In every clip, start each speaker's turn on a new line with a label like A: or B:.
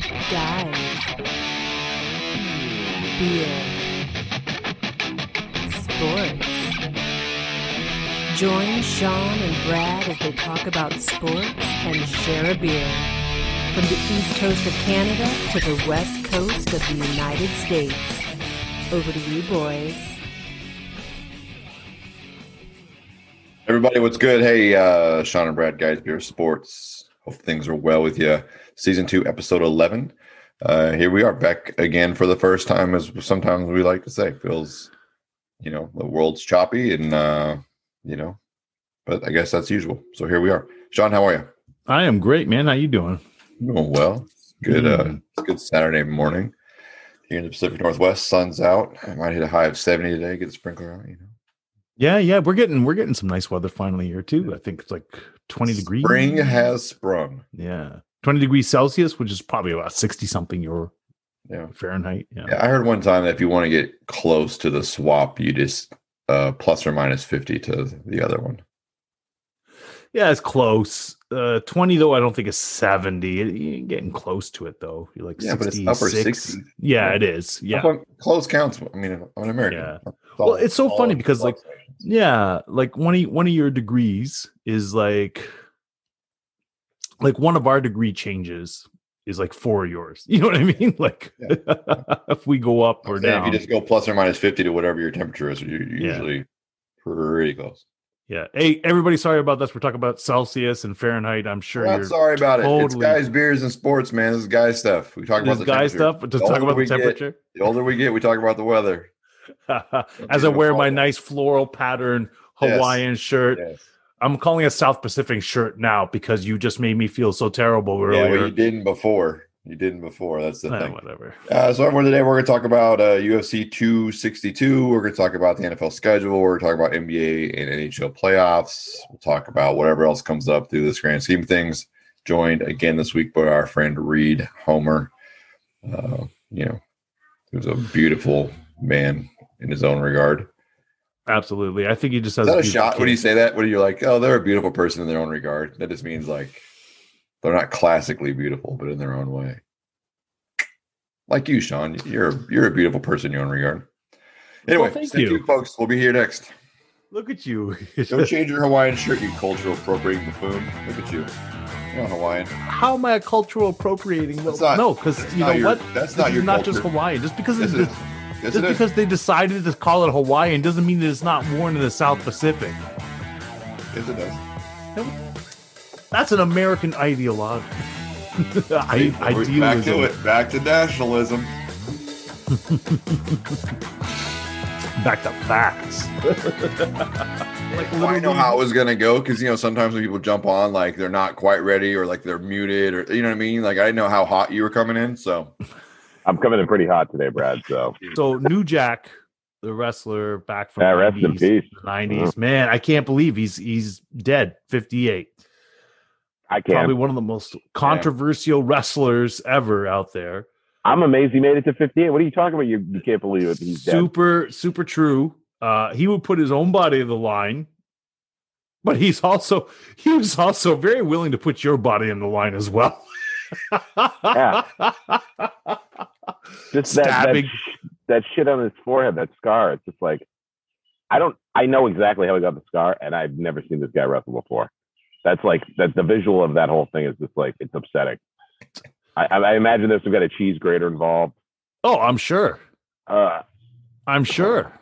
A: Guys. Beer. Sports. Join Sean and Brad as they talk about sports and share a beer. From the east coast of Canada to the west coast of the United States. Over to you, boys.
B: Everybody, what's good? Hey, uh, Sean and Brad, guys, Beer Sports. Hope things are well with you. Season two, episode eleven. Uh, here we are back again for the first time, as sometimes we like to say. Feels, you know, the world's choppy, and uh, you know, but I guess that's usual. So here we are. Sean, how are you?
C: I am great, man. How you doing?
B: Doing well. Good. Uh,
C: Mm.
B: it's a good Saturday morning here in the Pacific Northwest. Sun's out. I might hit a high of seventy today. Get a sprinkler on. it, You know,
C: Yeah, yeah. We're getting we're getting some nice weather finally here too. I think it's like twenty degrees.
B: Spring has sprung.
C: yeah, twenty degrees Celsius, which is probably about sixty something your
B: Yeah.
C: Fahrenheit. Yeah.
B: Yeah, I heard one time that if you want to get close to the swap, you just uh, plus or minus 50 to the other one.
C: Yeah, it's close. Uh, twenty though, I don't think it's seventy. It- You're getting close to it though. You're like
B: Yeah, but it's
C: sixty
B: upper
C: six.
B: 60s.
C: Yeah, it is. Yeah,
B: That's what- Close counts. I mean, I'm an American.
C: Yeah.
B: That's
C: Well, it's so
B: all
C: funny because, like,
B: fluctuations.
C: Yeah, like one of one of your degrees is like like one of our degree changes is like four of yours. You know what I mean? Like if we go up or
B: I'm saying
C: down.
B: If you just go plus or minus 50 to whatever your temperature is, you're
C: Yeah.
B: usually pretty close.
C: yeah. Hey, everybody, sorry about this. We're talking about Celsius and Fahrenheit. I'm sure
B: Well,
C: you're
B: sorry about it. It's
C: totally-
B: guys, beers, and sports, man. This is guy stuff. We talk about
C: this
B: the
C: guy
B: temperature.
C: stuff to
B: The
C: talk
B: older
C: about
B: we
C: the
B: get,
C: temperature.
B: The older we get, we talk about the weather.
C: As
B: be
C: I
B: the
C: wear my
B: problem.
C: nice floral pattern
B: Yes.
C: Hawaiian shirt.
B: Yes.
C: I'm calling a South Pacific shirt now because you just made me feel so terrible
B: Yeah, well,
C: earlier.
B: you didn't before. You didn't before. That's the
C: Ah,
B: thing.
C: whatever.
B: Uh, so for today, we're going to talk about uh, UFC 262. We're going to talk about the NFL schedule. We're talking about NBA and NHL playoffs. We'll talk about whatever else comes up through this grand scheme of things. Joined again this week by our friend Reed Homer. Uh, you know, who's a beautiful man in his own regard.
C: Absolutely. I think he just has
B: Is that a
C: beautiful
B: shot? What do
C: kid.
B: you say that? What do you like? Oh, they're a beautiful person in their own regard. That just means like they're not classically beautiful, but in their own way. Like you, Sean, you're you're a beautiful person in your own regard. Anyway,
C: thank
B: stay
C: you.
B: tuned, folks. We'll be here next.
C: Look at you.
B: Don't change your Hawaiian shirt, you cultural appropriating buffoon. Look at you. You're not Hawaiian.
C: How am I cultural appropriating? Well,
B: That's not-
C: no, because
B: that's
C: you
B: not
C: know
B: your-
C: what?
B: that's
C: This
B: not
C: is
B: your
C: not just
B: culture.
C: Hawaiian. Just because
B: This
C: it's
B: is
C: just
B: this
C: just
B: is
C: because they decided to call it Hawaiian doesn't mean that it's not worn in the South Pacific.
B: yes, it is.
C: That's an American ideology. I,
B: We're back to
C: idealism.
B: it. Back to nationalism.
C: Back to facts. like
B: Well, I know
C: literally-
B: how it was gonna go because you know sometimes when people jump on like they're not quite ready or like they're muted or you know what I mean. Like I didn't know how hot you were coming in, so
D: I'm coming in pretty hot today, Brad. So
C: So New Jack, the wrestler, back from
D: yeah,
C: the
D: rest in
C: 90s,
D: peace.
C: 90s. Man, I can't believe he's he's dead. 58.
D: I can.
C: Probably one of the most controversial wrestlers ever out there.
D: I'm amazed he made it to 58. What are you talking about? You, you can't believe it. He's dead.
C: super, super true. Uh, he would put his own body in the line, but he's also he was also very willing to put your body in the line as well.
D: Yeah. Just that, that,
C: Stabbing.
D: sh- that shit on his forehead, that scar. It's just like, I don't, I know exactly how he got the scar, and I've never seen this guy wrestle before. That's like, that the visual of that whole thing is just like, it's upsetting. I, I I imagine there's some kind of cheese grater involved.
C: Oh, I'm sure.
D: Uh,
C: I'm sure.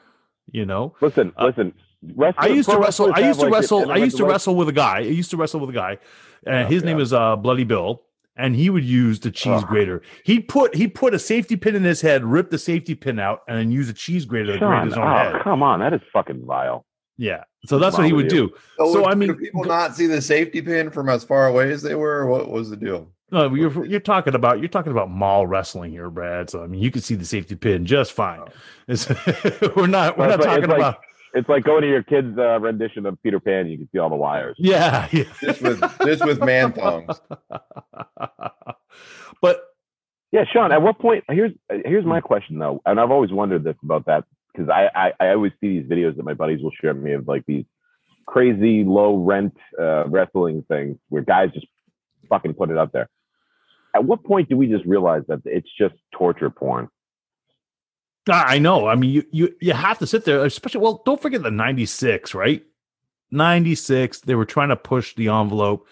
C: You know,
D: listen,
C: Uh,
D: listen. Wrestler,
C: I used to
D: pro
C: wrestle.
D: wrestlers
C: I
D: have,
C: used to
D: like, the-
C: wrestle.
D: and
C: I
D: like
C: used
D: the
C: to
D: most-
C: wrestle with a guy. I used to wrestle with a guy, and
D: Oh,
C: his name
D: God.
C: is uh, Bloody Bill, and he would use the cheese
D: Ugh.
C: grater. He put he put a safety pin in his head, ripped the safety pin out, and then used a cheese grater to grate
D: Sean,
C: his own
D: oh,
C: head.
D: come on, that is fucking vile.
C: Yeah, so that's what he
D: wrong
C: would
D: with you?
C: do. So, I mean,
B: do people
C: go-
B: not see the safety pin from as far away as they were. Or what was the deal?
C: No, you're you're talking about you're talking about mall wrestling here, Brad. So I mean, you can see the safety pin just fine. It's- we're not we're not
D: Well, Oh. it's like-
C: talking
D: it's like-
C: about
D: It's like going to your kid's uh, rendition of Peter Pan. You can see all the wires.
C: yeah yeah.
B: Just with just with man thongs.
C: but
D: Yeah, Sean. At what point? Here's here's my question though, and I've always wondered this about that because I, I I always see these videos that my buddies will share me of like these crazy low rent uh, wrestling things where guys just fucking put it up there. At what point do we just realize that it's just torture porn?
C: I I know. I mean, you you you have to sit there, especially. Well, don't forget the '96, right? '96. They were trying to push the envelope.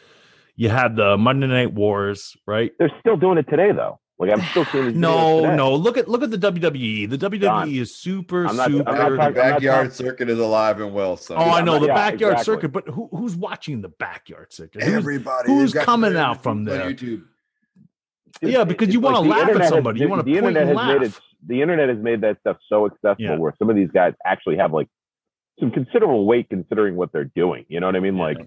C: You had the Monday Night Wars, right?
D: They're still doing it today, though. Like I'm still seeing. these videos
C: No,
D: today.
C: no. Look at look at the WWE. The WWE
D: John,
C: is super
D: I'm not- I'm
C: super.
D: not
B: the
D: talking- I'm not
B: backyard
D: talking-
B: circuit is alive and well. So
C: oh, I
D: I'm
C: know
D: not-
C: the
D: yeah,
C: backyard
D: exactly.
C: circuit, but who who's watching the backyard circuit? Who's-
B: Everybody,
C: who's
B: they've got
C: coming
B: their
C: out from
B: YouTube on
C: there?
B: YouTube.
D: Dude,
C: Yeah, because
D: it's
C: you wanna
D: the
C: laugh at
D: internet has-
C: somebody. You
D: the-
C: wanna
D: the
C: point
D: internet
C: and
D: has made
C: laugh.
D: it. The internet has made that stuff so accessible
C: Yeah.
D: where some of these guys actually have like some considerable weight considering what they're doing. You know what I mean? Like,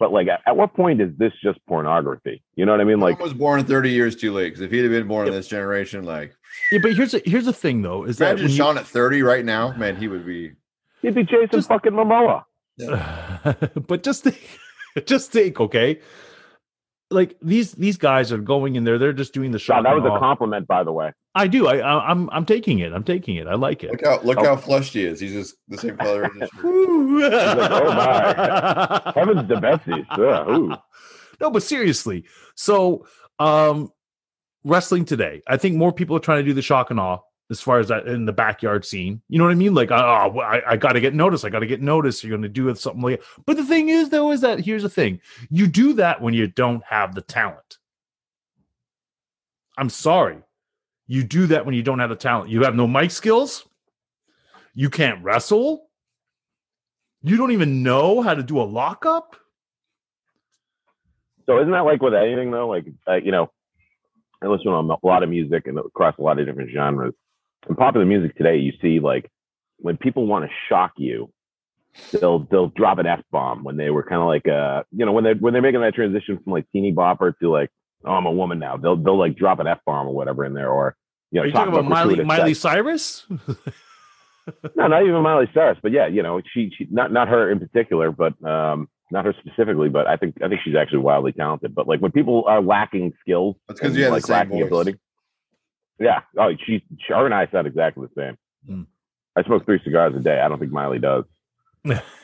D: but like, at, at what point is this just pornography? You know what I mean? Like,
B: Tom was born 30 years too late. Because if he'd have been born in this generation, like
C: Yeah, but here's a, here's the thing though, is that
B: imagine
C: when you-
B: Sean at 30 right now, man, he would be.
D: he'd be Jason
C: Just-
D: fucking Momoa.
C: but just think, just think, okay. Like these these guys are going in there, they're just doing the
D: God,
C: shot.
D: that was
C: and
D: a
C: all.
D: compliment, by the way.
C: I do. I, I I'm I'm taking it. I'm taking it. I like it.
B: Look how look
D: Oh.
B: how flushed he is. He's just the same color. as his shirt.
D: "Oh my. Heavens to Betsy. Yeah, ooh.
C: no, but seriously. So um wrestling today, I think more people are trying to do the shock and awe as far as that in the backyard scene. You know what I mean? Like, oh, well, I, I gotta get noticed. I gotta get noticed. You're gonna do it something like But the thing is though, is that here's the thing. You do that when you don't have the talent. I'm sorry. You do that when you don't have the talent. You have no mic skills. You can't wrestle. You don't even know how to do a lockup.
D: So isn't that like with anything though? Like uh, you know, I listen to a lot of music and across a lot of different genres. In popular music today, you see like when people want to shock you, they'll they'll drop an f bomb when they were kind of like uh you know when they when they're making that transition from like teeny bopper to like oh I'm a woman now they'll they'll like drop an f bomb or whatever in there or you know
C: Are you
D: talk
C: talking about Miley,
D: gratuitous
C: Miley
D: sex.
C: Cyrus?
D: no not even Miley Cyrus but yeah you know she she not not her in particular but um not her specifically but I think I think she's actually wildly talented but like when people are lacking skills
B: That's because
D: and,
B: you have
D: like
B: the same
D: lacking
B: voice.
D: ability. Yeah. Oh, she, she, her and I sound exactly the same.
C: Mm.
D: I smoke three cigars a day. I don't think Miley does.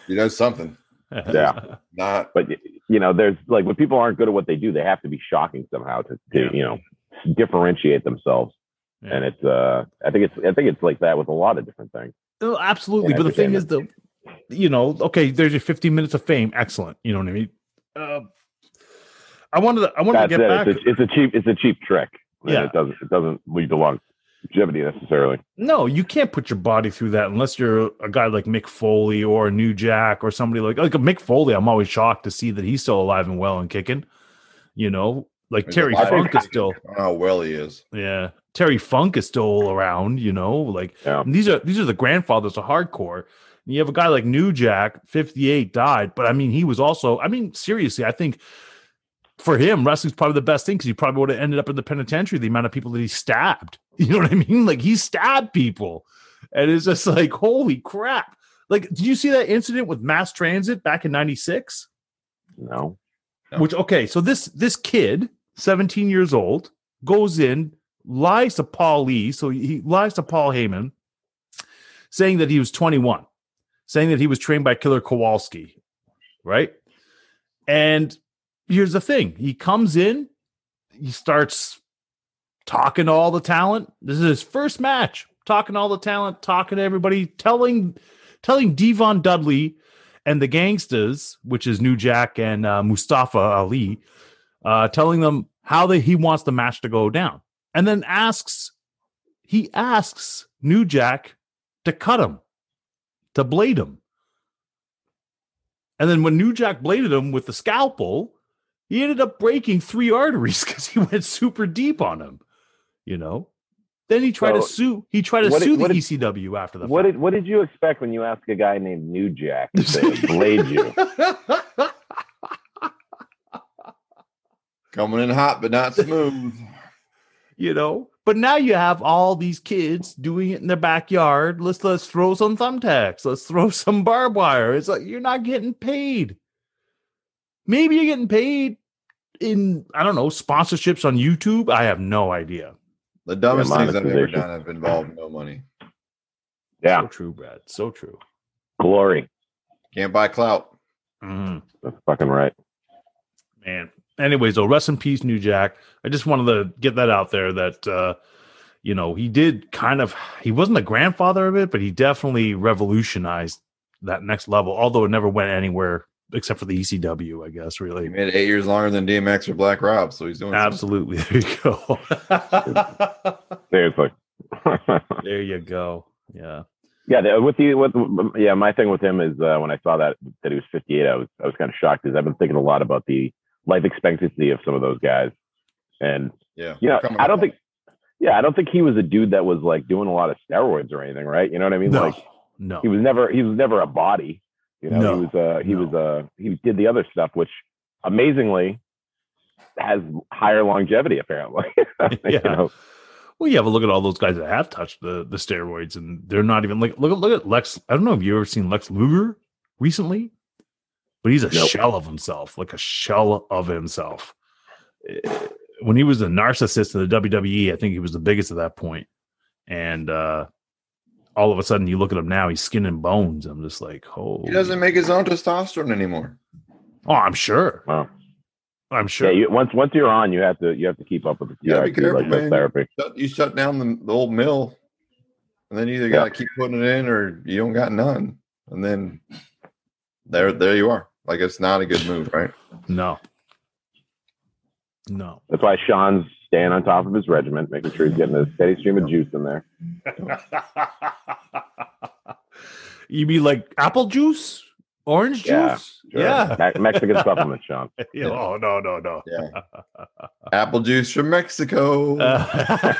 B: He does something.
D: Yeah.
B: Not
D: But y- you know, there's like when people aren't good at what they do, they have to be shocking somehow to, to
C: Yeah.
D: you know differentiate themselves.
C: Yeah.
D: And it's uh, I think it's I think it's like that with a lot of different things.
C: Oh, absolutely.
D: Yeah,
C: but the thing is, the
D: entertainment.
C: you know, okay, there's your 15 minutes of fame. Excellent. You know what I mean? Uh, I wanted to, I wanted
D: That's
C: to
D: it.
C: get back.
D: It's, a, it's a cheap it's a cheap trick. And
C: Yeah.
D: It doesn't it doesn't lead to longevity necessarily.
C: No, you can't put your body through that unless you're a guy like Mick Foley or a New Jack or somebody like like a Mick Foley. I'm always shocked to see that he's still alive and well and kicking. You know, like
B: There's a
C: Terry
B: lot of
C: Funk is
B: guys-
C: still
B: I don't know how well he is.
C: yeah. Terry Funk is still around. You know, like
D: Yeah.
C: and these are these are the grandfathers of hardcore. And you have a guy like New Jack, 58, died, but I mean he was also. I mean seriously, I think for him wrestling's probably the best thing because he probably would have ended up in the penitentiary. The amount of people that he stabbed. You know what I mean? Like he stabbed people, and it's just like holy crap. Like, did you see that incident with mass transit back in '96?
D: No.
B: No.
C: Which okay, so this this kid, 17 years old, goes in, lies to Paul Lee. So he lies to Paul Heyman, saying that he was 21, saying that he was trained by Killer Kowalski, right? And here's the thing: he comes in, he starts talking to all the talent. This is his first match, talking to all the talent, talking to everybody, telling telling Devon Dudley and the gangsters, which is New Jack and uh, Mustafa Ali, uh, telling them how they, he wants the match to go down, and then asks he asks New Jack to cut him, to blade him, and then when New Jack bladed him with the scalpel, he ended up breaking three arteries because he went super deep on him, you know. Then he tried to
D: So,
C: sue. He tried to
D: what did-
C: sue
D: what
C: the
D: did-
C: ECW after the
D: What
C: fact.
D: did what did you expect when you ask a guy named New Jack to blade you?
B: Coming in hot, but not smooth.
C: you know. But now you have all these kids doing it in their backyard. Let's let's throw some thumbtacks. Let's throw some barbed wire. It's like you're not getting paid. Maybe you're getting paid in I don't know sponsorships on YouTube. I have no idea.
B: The dumbest
D: Yeah,
B: things I've ever
D: monetization.
B: done have involved no money.
D: Yeah,
C: So true, Brad. So true.
D: glory.
B: Can't buy clout.
C: Mm,
D: That's fucking right.
C: man, anyways, though, rest in peace, New Jack. I just wanted to get that out there that uh, you know he did kind of he wasn't the grandfather of it, but he definitely revolutionized that next level. Although it never went anywhere except for the ECW, I guess.
B: He
C: Really,
B: made it eight years longer than DMX or Black Rob, so he's doing something.
C: absolutely. There you go.
D: Seriously.
C: there you go. Yeah.
D: yeah, the, uh, with the with mm, yeah, my thing with him is uh, when I saw that that he was 58, I was I was kind of shocked because I've been thinking a lot about the life expectancy of some of those guys, and
B: Yeah,
D: you know,
B: Coming
D: I
B: up.
D: don't think. Yeah, I don't think he was a dude that was like doing a lot of steroids or anything, right? You know what I mean?
C: No.
D: Like
C: No.
D: he was never he was never a body. You know,
C: No,
D: he was uh he
C: no.
D: was uh he did the other stuff, which amazingly has higher longevity apparently.
C: Yeah.
D: You know,
C: Well, you have a look at all those guys that have touched the the steroids, and they're not even like look at look at Lex. I don't know if you have ever seen Lex Luger recently, but he's a
D: Nope.
C: shell of himself, like a shell of himself. Eh, When he was a narcissist in the WWE, I think he was the biggest at that point, and uh, all of a sudden you look at him now, he's skin and bones. I'm just like, oh,
B: he doesn't make his own testosterone anymore.
C: oh, I'm sure,
D: Wow.
C: I'm
D: Yeah,
C: sure.
D: you, once once you're on, you have to you have to keep up with the
B: Yeah, be
D: TRT,
B: careful,
D: like no
B: man.
D: therapy.
B: Shut- You shut down the, the old mill, and then you either
D: Yeah.
B: got to keep putting it in, or you don't got none. And then there, there you are. Like it's not a good move, right?
C: no, no.
D: That's why Sean's staying on top of his regiment, making sure he's getting a steady stream of juice in there.
C: you mean like apple juice, orange
D: Yeah,
C: juice?
B: sure.
C: Yeah.
D: Me- Mexican supplements, Sean.
C: Yeah, Oh no, no, no.
B: Yeah. Apple juice from Mexico.
C: Uh,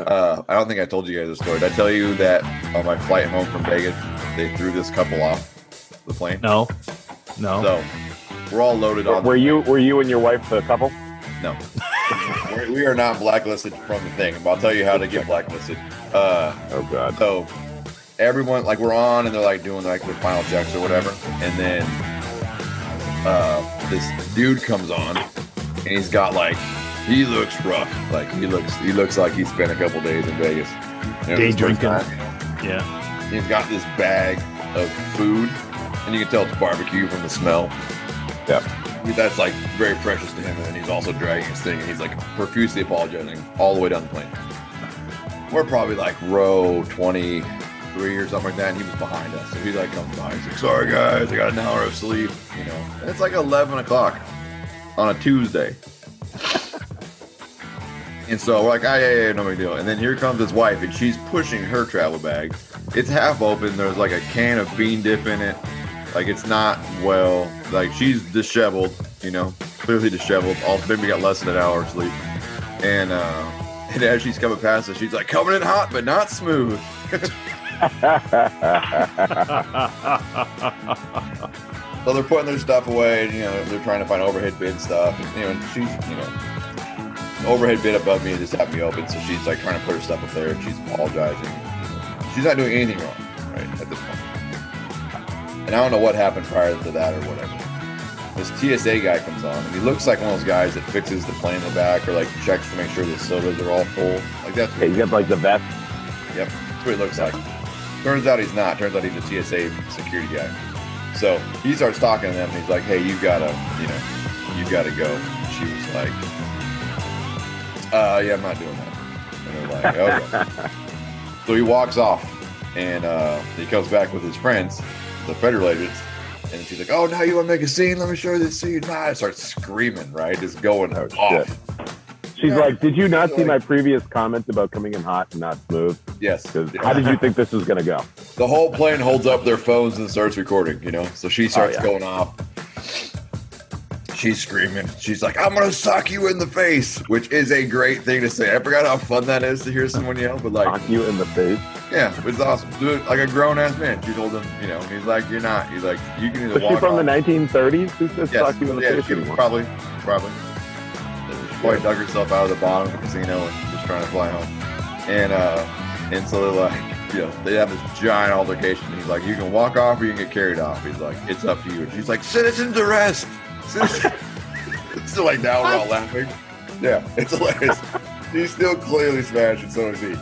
B: Uh, I don't think I told you guys this story. Did I tell you that on my flight home from Vegas, they threw this couple off the plane?
C: no, no.
B: So we're all loaded on.
D: Were you were you and your wife the couple?
B: No. We're- we are not blacklisted from the thing, but I'll tell you how to get blacklisted. Uh,
D: Oh God.
B: so everyone, like, we're on and they're like doing like their final checks or whatever. And then uh, this dude comes on and he's got like, he looks rough. Like, he looks, he looks like he spent a couple days in Vegas. You know,
C: Day
B: his first
C: drinking.
B: time, you know?
C: yeah.
B: He's got this bag of food, and you can tell it's barbecue from the smell.
D: Yep.
B: That's like very precious to him, and then he's also dragging his thing, and he's like profusely apologizing all the way down the plane. We're probably like row 23 or something like that, and he was behind us. So he like comes by, he's like, sorry guys, I got an hour of sleep, you know. And it's like 11 o'clock on a Tuesday. And so we're like, ah, yeah, yeah, yeah, no big deal. And then here comes his wife, and she's pushing her travel bag. It's half open. There's like a can of bean dip in it. Like it's not well. Like she's disheveled, you know, clearly disheveled. All maybe got less than an hour of sleep. And uh, and as she's coming past us, she's like coming in hot but not smooth. So they're putting their stuff away, and, you know, they're trying to find overhead bid stuff. And, you know, and she's, you know, the overhead bid above me just had me open, so she's like trying to put her stuff up there, and she's apologizing. She's not doing anything wrong, right, at this point. And I don't know what happened prior to that or whatever. This TSA guy comes on, and he looks like one of those guys that fixes the plane in the back or like checks to make sure the sodas are all full. Like that's
D: Yeah, he's got like the vest.
B: Yep, that's what he looks like. Turns out he's not. Turns out he's a TSA security guy. So he starts talking to them, and he's like, "Hey, you gotta, you know, you gotta go." And she was like, "Uh, yeah, I'm not doing that." And they're like, "Okay." so he walks off, and uh, he comes back with his friends, the federal agents, and she's like, "Oh, now you want to make a scene? Let me show you this scene." Nah, I start screaming, right, just going
D: Oh, shit.
B: off.
D: She's
B: Yeah.
D: like, "Did you not see
B: Like-
D: my previous comments about coming in hot and not smooth?
B: Yes,
D: Because how did you think this was gonna go?"
B: the whole plane holds up their phones and starts recording, you know? So she starts
D: Oh, yeah.
B: going off. She's screaming. She's like, I'm going to sock you in the face, which is a great thing to say. I forgot how fun that is to hear someone yell, but like,
D: Knock you in the face.
B: yeah, it's awesome. Do it like a grown ass man. She told him, you know, and he's like, You're not. He's like, You can either
D: Was she
B: walk
D: from
B: off.
D: the 1930s? Who says knock
B: Yes.
D: you in the
B: Yeah,
D: face
B: she was
D: anymore?
B: probably, probably. She probably dug herself out of the bottom of the casino and was trying to fly home. And uh, and so they're like, you know, they have this giant altercation. He's like, you can walk off or you can get carried off. He's like, it's up to you. And she's like, citizen's arrest. Citizen. so like now we're all laughing. Yeah, it's hilarious. He's still clearly smashing, so is he.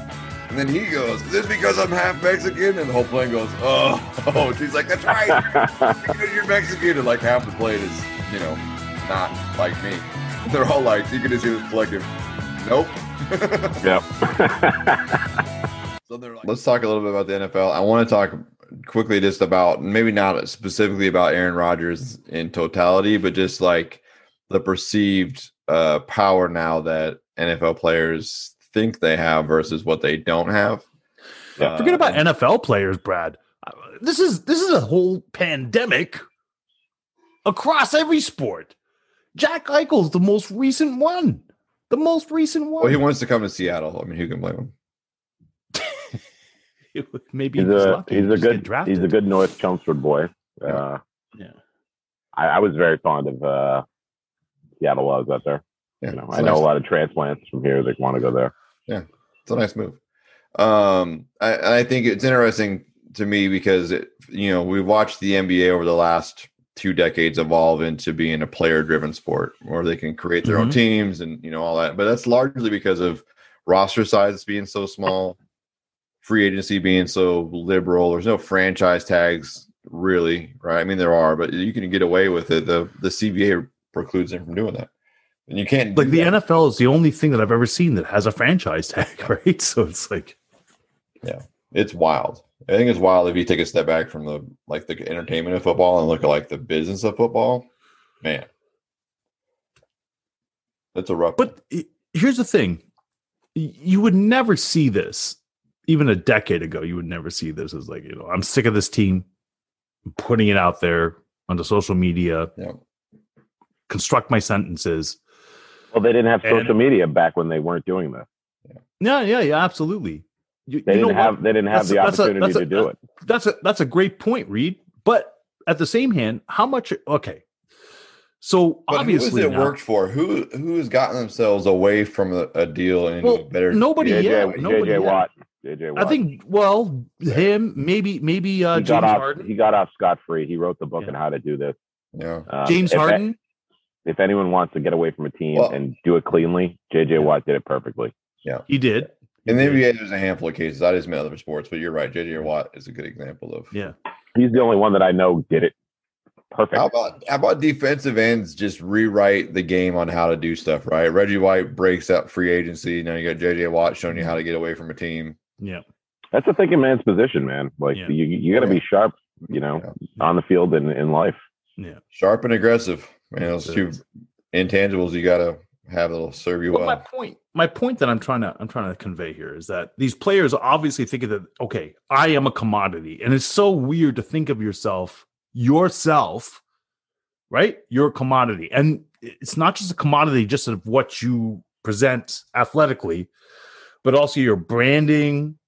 B: And then he goes, "Is this because I'm half Mexican?" And the whole plane goes, "Oh, oh." He's like, "That's right, because you're Mexican." And like half the plane is, you know, not like me. They're all like, you can just hear this collective, "Nope."
D: yep.
B: So they're like, let's talk a little bit about the NFL. I want to talk quickly just about maybe not specifically about Aaron Rodgers in totality, but just like the perceived uh, power now that NFL players think they have versus what they don't have.
D: Yeah,
C: Forget
B: Uh,
C: about NFL players, Brad. Uh, This is this is a whole pandemic across every sport. Jack Eichel's the most recent one. The most recent one.
B: Well, he wants to come to Seattle. I mean, who can blame him?
C: It would- Maybe
D: he's
C: he was
D: a
C: lucky
D: he's
C: to
D: a
C: just get
D: good
C: drafted.
D: he's a good North Chelmsford boy. Uh,
C: Yeah.
D: I, I was very fond of uh, Seattle while I was out there.
B: Yeah,
D: You know,
B: it's
D: I
B: a
D: know
B: nice-
D: a lot of transplants from here that want to go there.
B: it's a nice move. Um, I, I think it's interesting to me because it, you know we've watched the NBA over the last two decades evolve into being a player-driven sport where they can create their own
C: Mhm.
B: teams and you know all that. But that's largely because of roster size being so small, free agency being so liberal. There's no franchise tags really, right? I mean there are, but you can get away with it. The the CBA precludes them from doing that, and you can't
C: Like
B: do
C: the
B: that.
C: NFL is the only thing that I've ever seen that has a franchise tag, right? So it's like
B: it's wild. I think it's wild if you take a step back from the like the entertainment of football and look at like the business of football. Man, that's a rough.
C: But i- here's the thing: Y- you would never see this, even a decade ago. You would never see this as like you know, I'm sick of this team, I'm putting it out there onto social media,
B: Yeah.
C: construct my sentences.
D: Well, they didn't have
C: And-
D: social media back when they weren't doing this.
C: Yeah, yeah, yeah, absolutely. You,
D: They
C: you know
D: didn't
C: what?
D: have they didn't have
C: That's
D: the
C: a- that's a-
D: opportunity
C: that's a-
D: to do it.
C: that's a that's a great point, Reed. But at the same hand, how much? Okay, so
B: but
C: obviously
B: who has it
C: now-
B: worked for? Who who has gotten themselves away from a, a deal and into
C: Well,
B: a better?
C: nobody
D: JJ,
C: yet. Nobody
D: JJ
C: yet.
D: Watt. JJ Watt.
C: I think well, him maybe maybe uh,
D: he
C: James
D: got off.
C: Harden.
D: He got off scot free. He wrote the book
C: Yeah.
D: on how to do this.
B: Yeah,
D: Um,
C: James
D: if-
C: Harden.
D: If anyone wants to get away from a team
B: Well-
D: and do it cleanly, JJ Watt did it perfectly.
C: He did.
B: in the NBA, there's a handful of cases. I just meant other sports, but you're right. JJ Watt is a good example of.
C: Yeah.
D: He's the only one that I know did it perfect.
B: How about how about defensive ends just rewrite the game on how to do stuff? Right, Reggie White breaks up free agency. Now you got JJ Watt showing
C: Mm-hmm.
B: you how to get away from a team.
C: Yeah.
D: That's a thinking man's position, man. Like
C: Yeah.
D: you, you got to
B: Oh, Yeah.
D: be sharp, you know, on the field and in life.
C: Yeah.
B: sharp and aggressive. You know, those
C: That's
B: two intangibles you got to have that'll serve you
C: But my
B: well.
C: point, my point that I'm trying to I'm trying to convey here is that these players are obviously thinking that okay, I am a commodity, and it's so weird to think of yourself yourself, right? You're a commodity, and it's not just a commodity just of what you present athletically, but also your branding,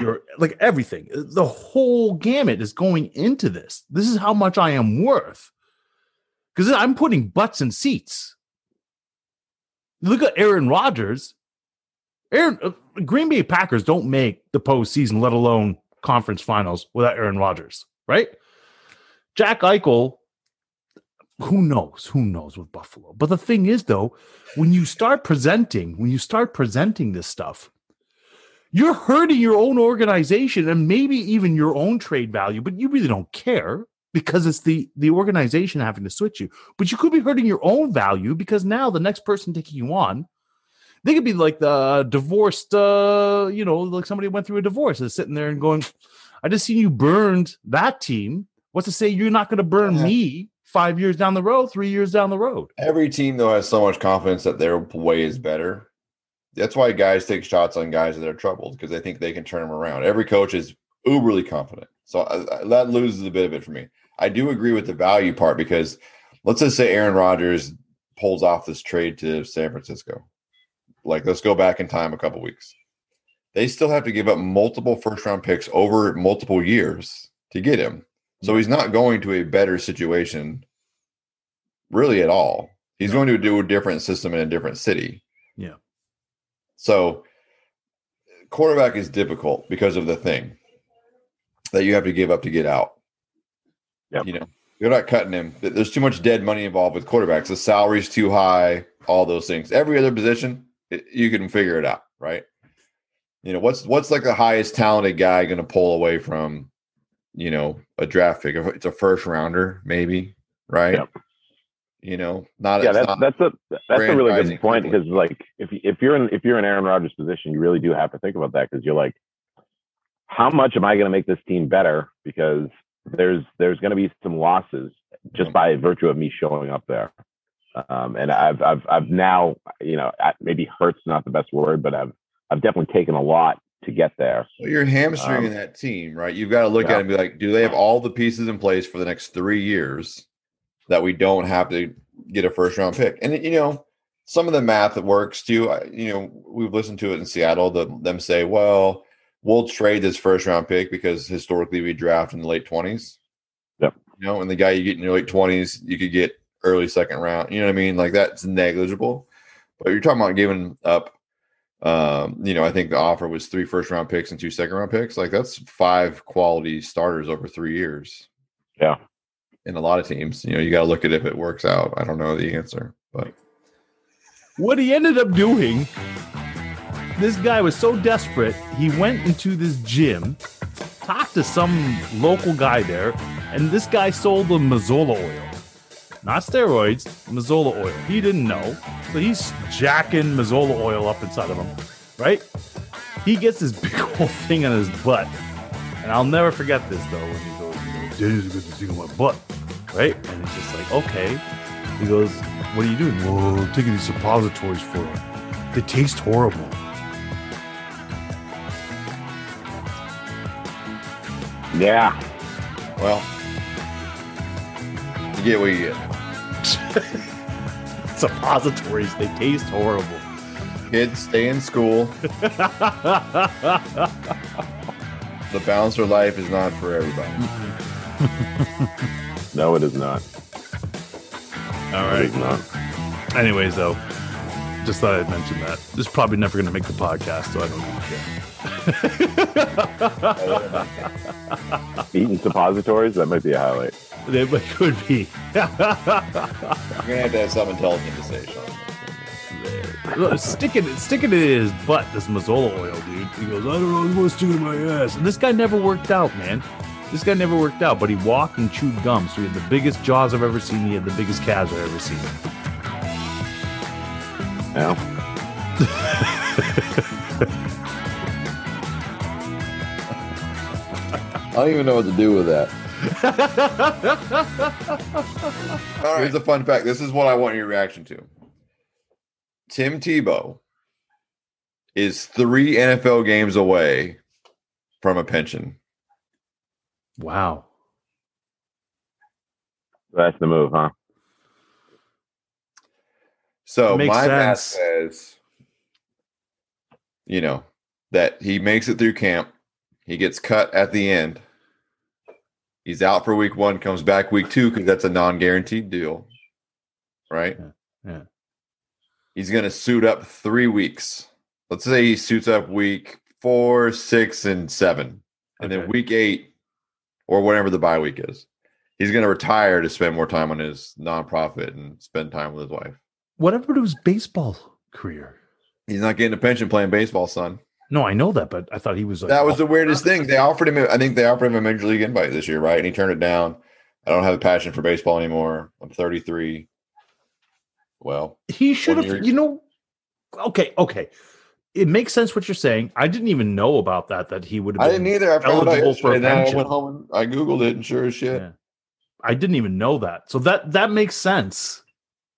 C: your like everything. The whole gamut is going into this. This is how much I am worth. Because I'm putting butts in seats look at Aaron Rodgers. Aaron uh, Green Bay Packers don't make the postseason, let alone conference finals, without Aaron Rodgers, right? Jack Eichel, who knows? Who knows with Buffalo? But the thing is, though, when you start presenting, when you start presenting this stuff, you're hurting your own organization and maybe even your own trade value, but you really don't care because it's the the organization having to switch you but you could be hurting your own value because now the next person taking you on they could be like the divorced uh you know like somebody went through a divorce is sitting there and going i just seen you burned that team what's to say you're not going to burn
B: Yeah.
C: me five years down the road three years down the road
B: Every team though has so much confidence that their way is better. That's why guys take shots on guys that are troubled because they think they can turn them around. Every coach is uberly confident, so I, I- that loses a bit of it for me. I do agree with the value part because let's just say Aaron Rodgers pulls off this trade to San Francisco. Like, let's go back in time a couple weeks. They still have to give up multiple first round picks over multiple years to get him. So he's not going to a better situation really at all. He's going to do a different system in a different city.
C: Yeah.
B: So quarterback is difficult because of the thing that you have to give up to get out.
D: Yep.
B: You know, you're not cutting him. Th- There's too much dead money involved with quarterbacks. The salary's too high, all those things. Every other position, i- you can figure it out, right? you know what's what's like the highest talented guy going to pull away from you know a draft pick if it's a first rounder maybe right
D: Yep.
B: you know not
D: yeah,
B: Uh, it's
D: that's
B: not-
D: that's a that's a really good
B: Franchising
D: point
B: people.
D: because like if if you're in if you're in Aaron Rodgers' position, you really do have to think about that because you're like, how much am I going to make this team better? Because there's there's going to be some losses just by virtue of me showing up there. Um, and I've I've I've now you know I- maybe hurts not the best word, but I've I've definitely taken a lot to get there.
B: Well, you're hamstringing
D: Um,
B: that team, right? You've got to look at
D: yeah.
B: it and be like, do they have all the pieces in place for the next three years that we don't have to get a first round pick? And you know, some of the math that works too. I, you know, we've listened to it in Seattle. The, them say, well, we'll trade this first round pick because historically we draft in the late twenties.
D: Yep.
B: You know, and the guy you get in your late twenties, you could get early second round. You know what I mean? Like that's negligible. But you're talking about giving up um, you know, I think the offer was three first round picks and two second round picks. Like that's five quality starters over three years.
D: Yeah.
B: In a lot of teams, you know, you got to look at if it works out. I don't know the answer, but
C: what he ended up doing this guy was so desperate he went into this gym talked to some local guy there and this guy sold him mazola oil not steroids mazola oil he didn't know so he's jacking mazola oil up inside of him right he gets this big old thing on his butt and i'll never forget this though when he goes you know "Dude, got this thing on my butt right and it's just like okay he goes, What are you doing? Well, I'm taking these suppositories for her. They taste horrible.
D: Yeah,
B: well, you get what you get.
C: Suppositories, they taste horrible.
B: Kids stay in school. The bouncer life is not for everybody.
D: no, it is not.
C: All
D: It
C: right.
D: is not.
C: Anyways, though, just thought I'd mention that. This is probably never going to make the podcast, so I don't really care.
D: Eating suppositories that might be a highlight.
C: They but could be.
B: You're gonna have to have something intelligent to say, Sean.
C: Look, sticking it, sticking it in his butt, this Mazola oil, dude. He goes, I don't know, I'm gonna stick it in my ass. And this guy never worked out, man. This guy never worked out, but he walked and chewed gum. So he had the biggest jaws I've ever seen. He had the biggest calves I've ever seen.
D: Yeah.
B: I don't even know what to do with that. Here's a fun fact. This is what I want your reaction to. Tim Tebow is three NFL games away from a pension.
C: Wow.
D: That's the move, huh?
B: So
C: Makes
B: my math
C: sense.
B: says, you know, that he makes it through camp. He gets cut at the end. He's out for week one, comes back week two because that's a non guaranteed deal. Right?
C: Yeah, yeah.
B: He's going to suit up three weeks. Let's say he suits up week four, six, and seven. And
C: Okay.
B: then week eight, or whatever the bye week is, he's going to retire to spend more time on his nonprofit and spend time with his wife.
C: What happened to his baseball career?
B: He's not getting a pension playing baseball, son.
C: No, I know that, but I thought he was like
B: That was the weirdest thing. They offered him, I think they offered him a major league invite this year, right? And he turned it down. I don't have a passion for baseball anymore. I'm 33. Well,
C: He should
B: One
C: have,
B: year.
C: you know. Okay, okay. It makes sense what you're saying. I didn't even know about that. That he would have.
B: I
C: been-
B: didn't either. I found out
C: eligible for
B: yesterday.
C: a
B: Then I
C: pension.
B: went home and I Googled it and sure as shit.
C: Yeah. I didn't even know that. So that that makes sense.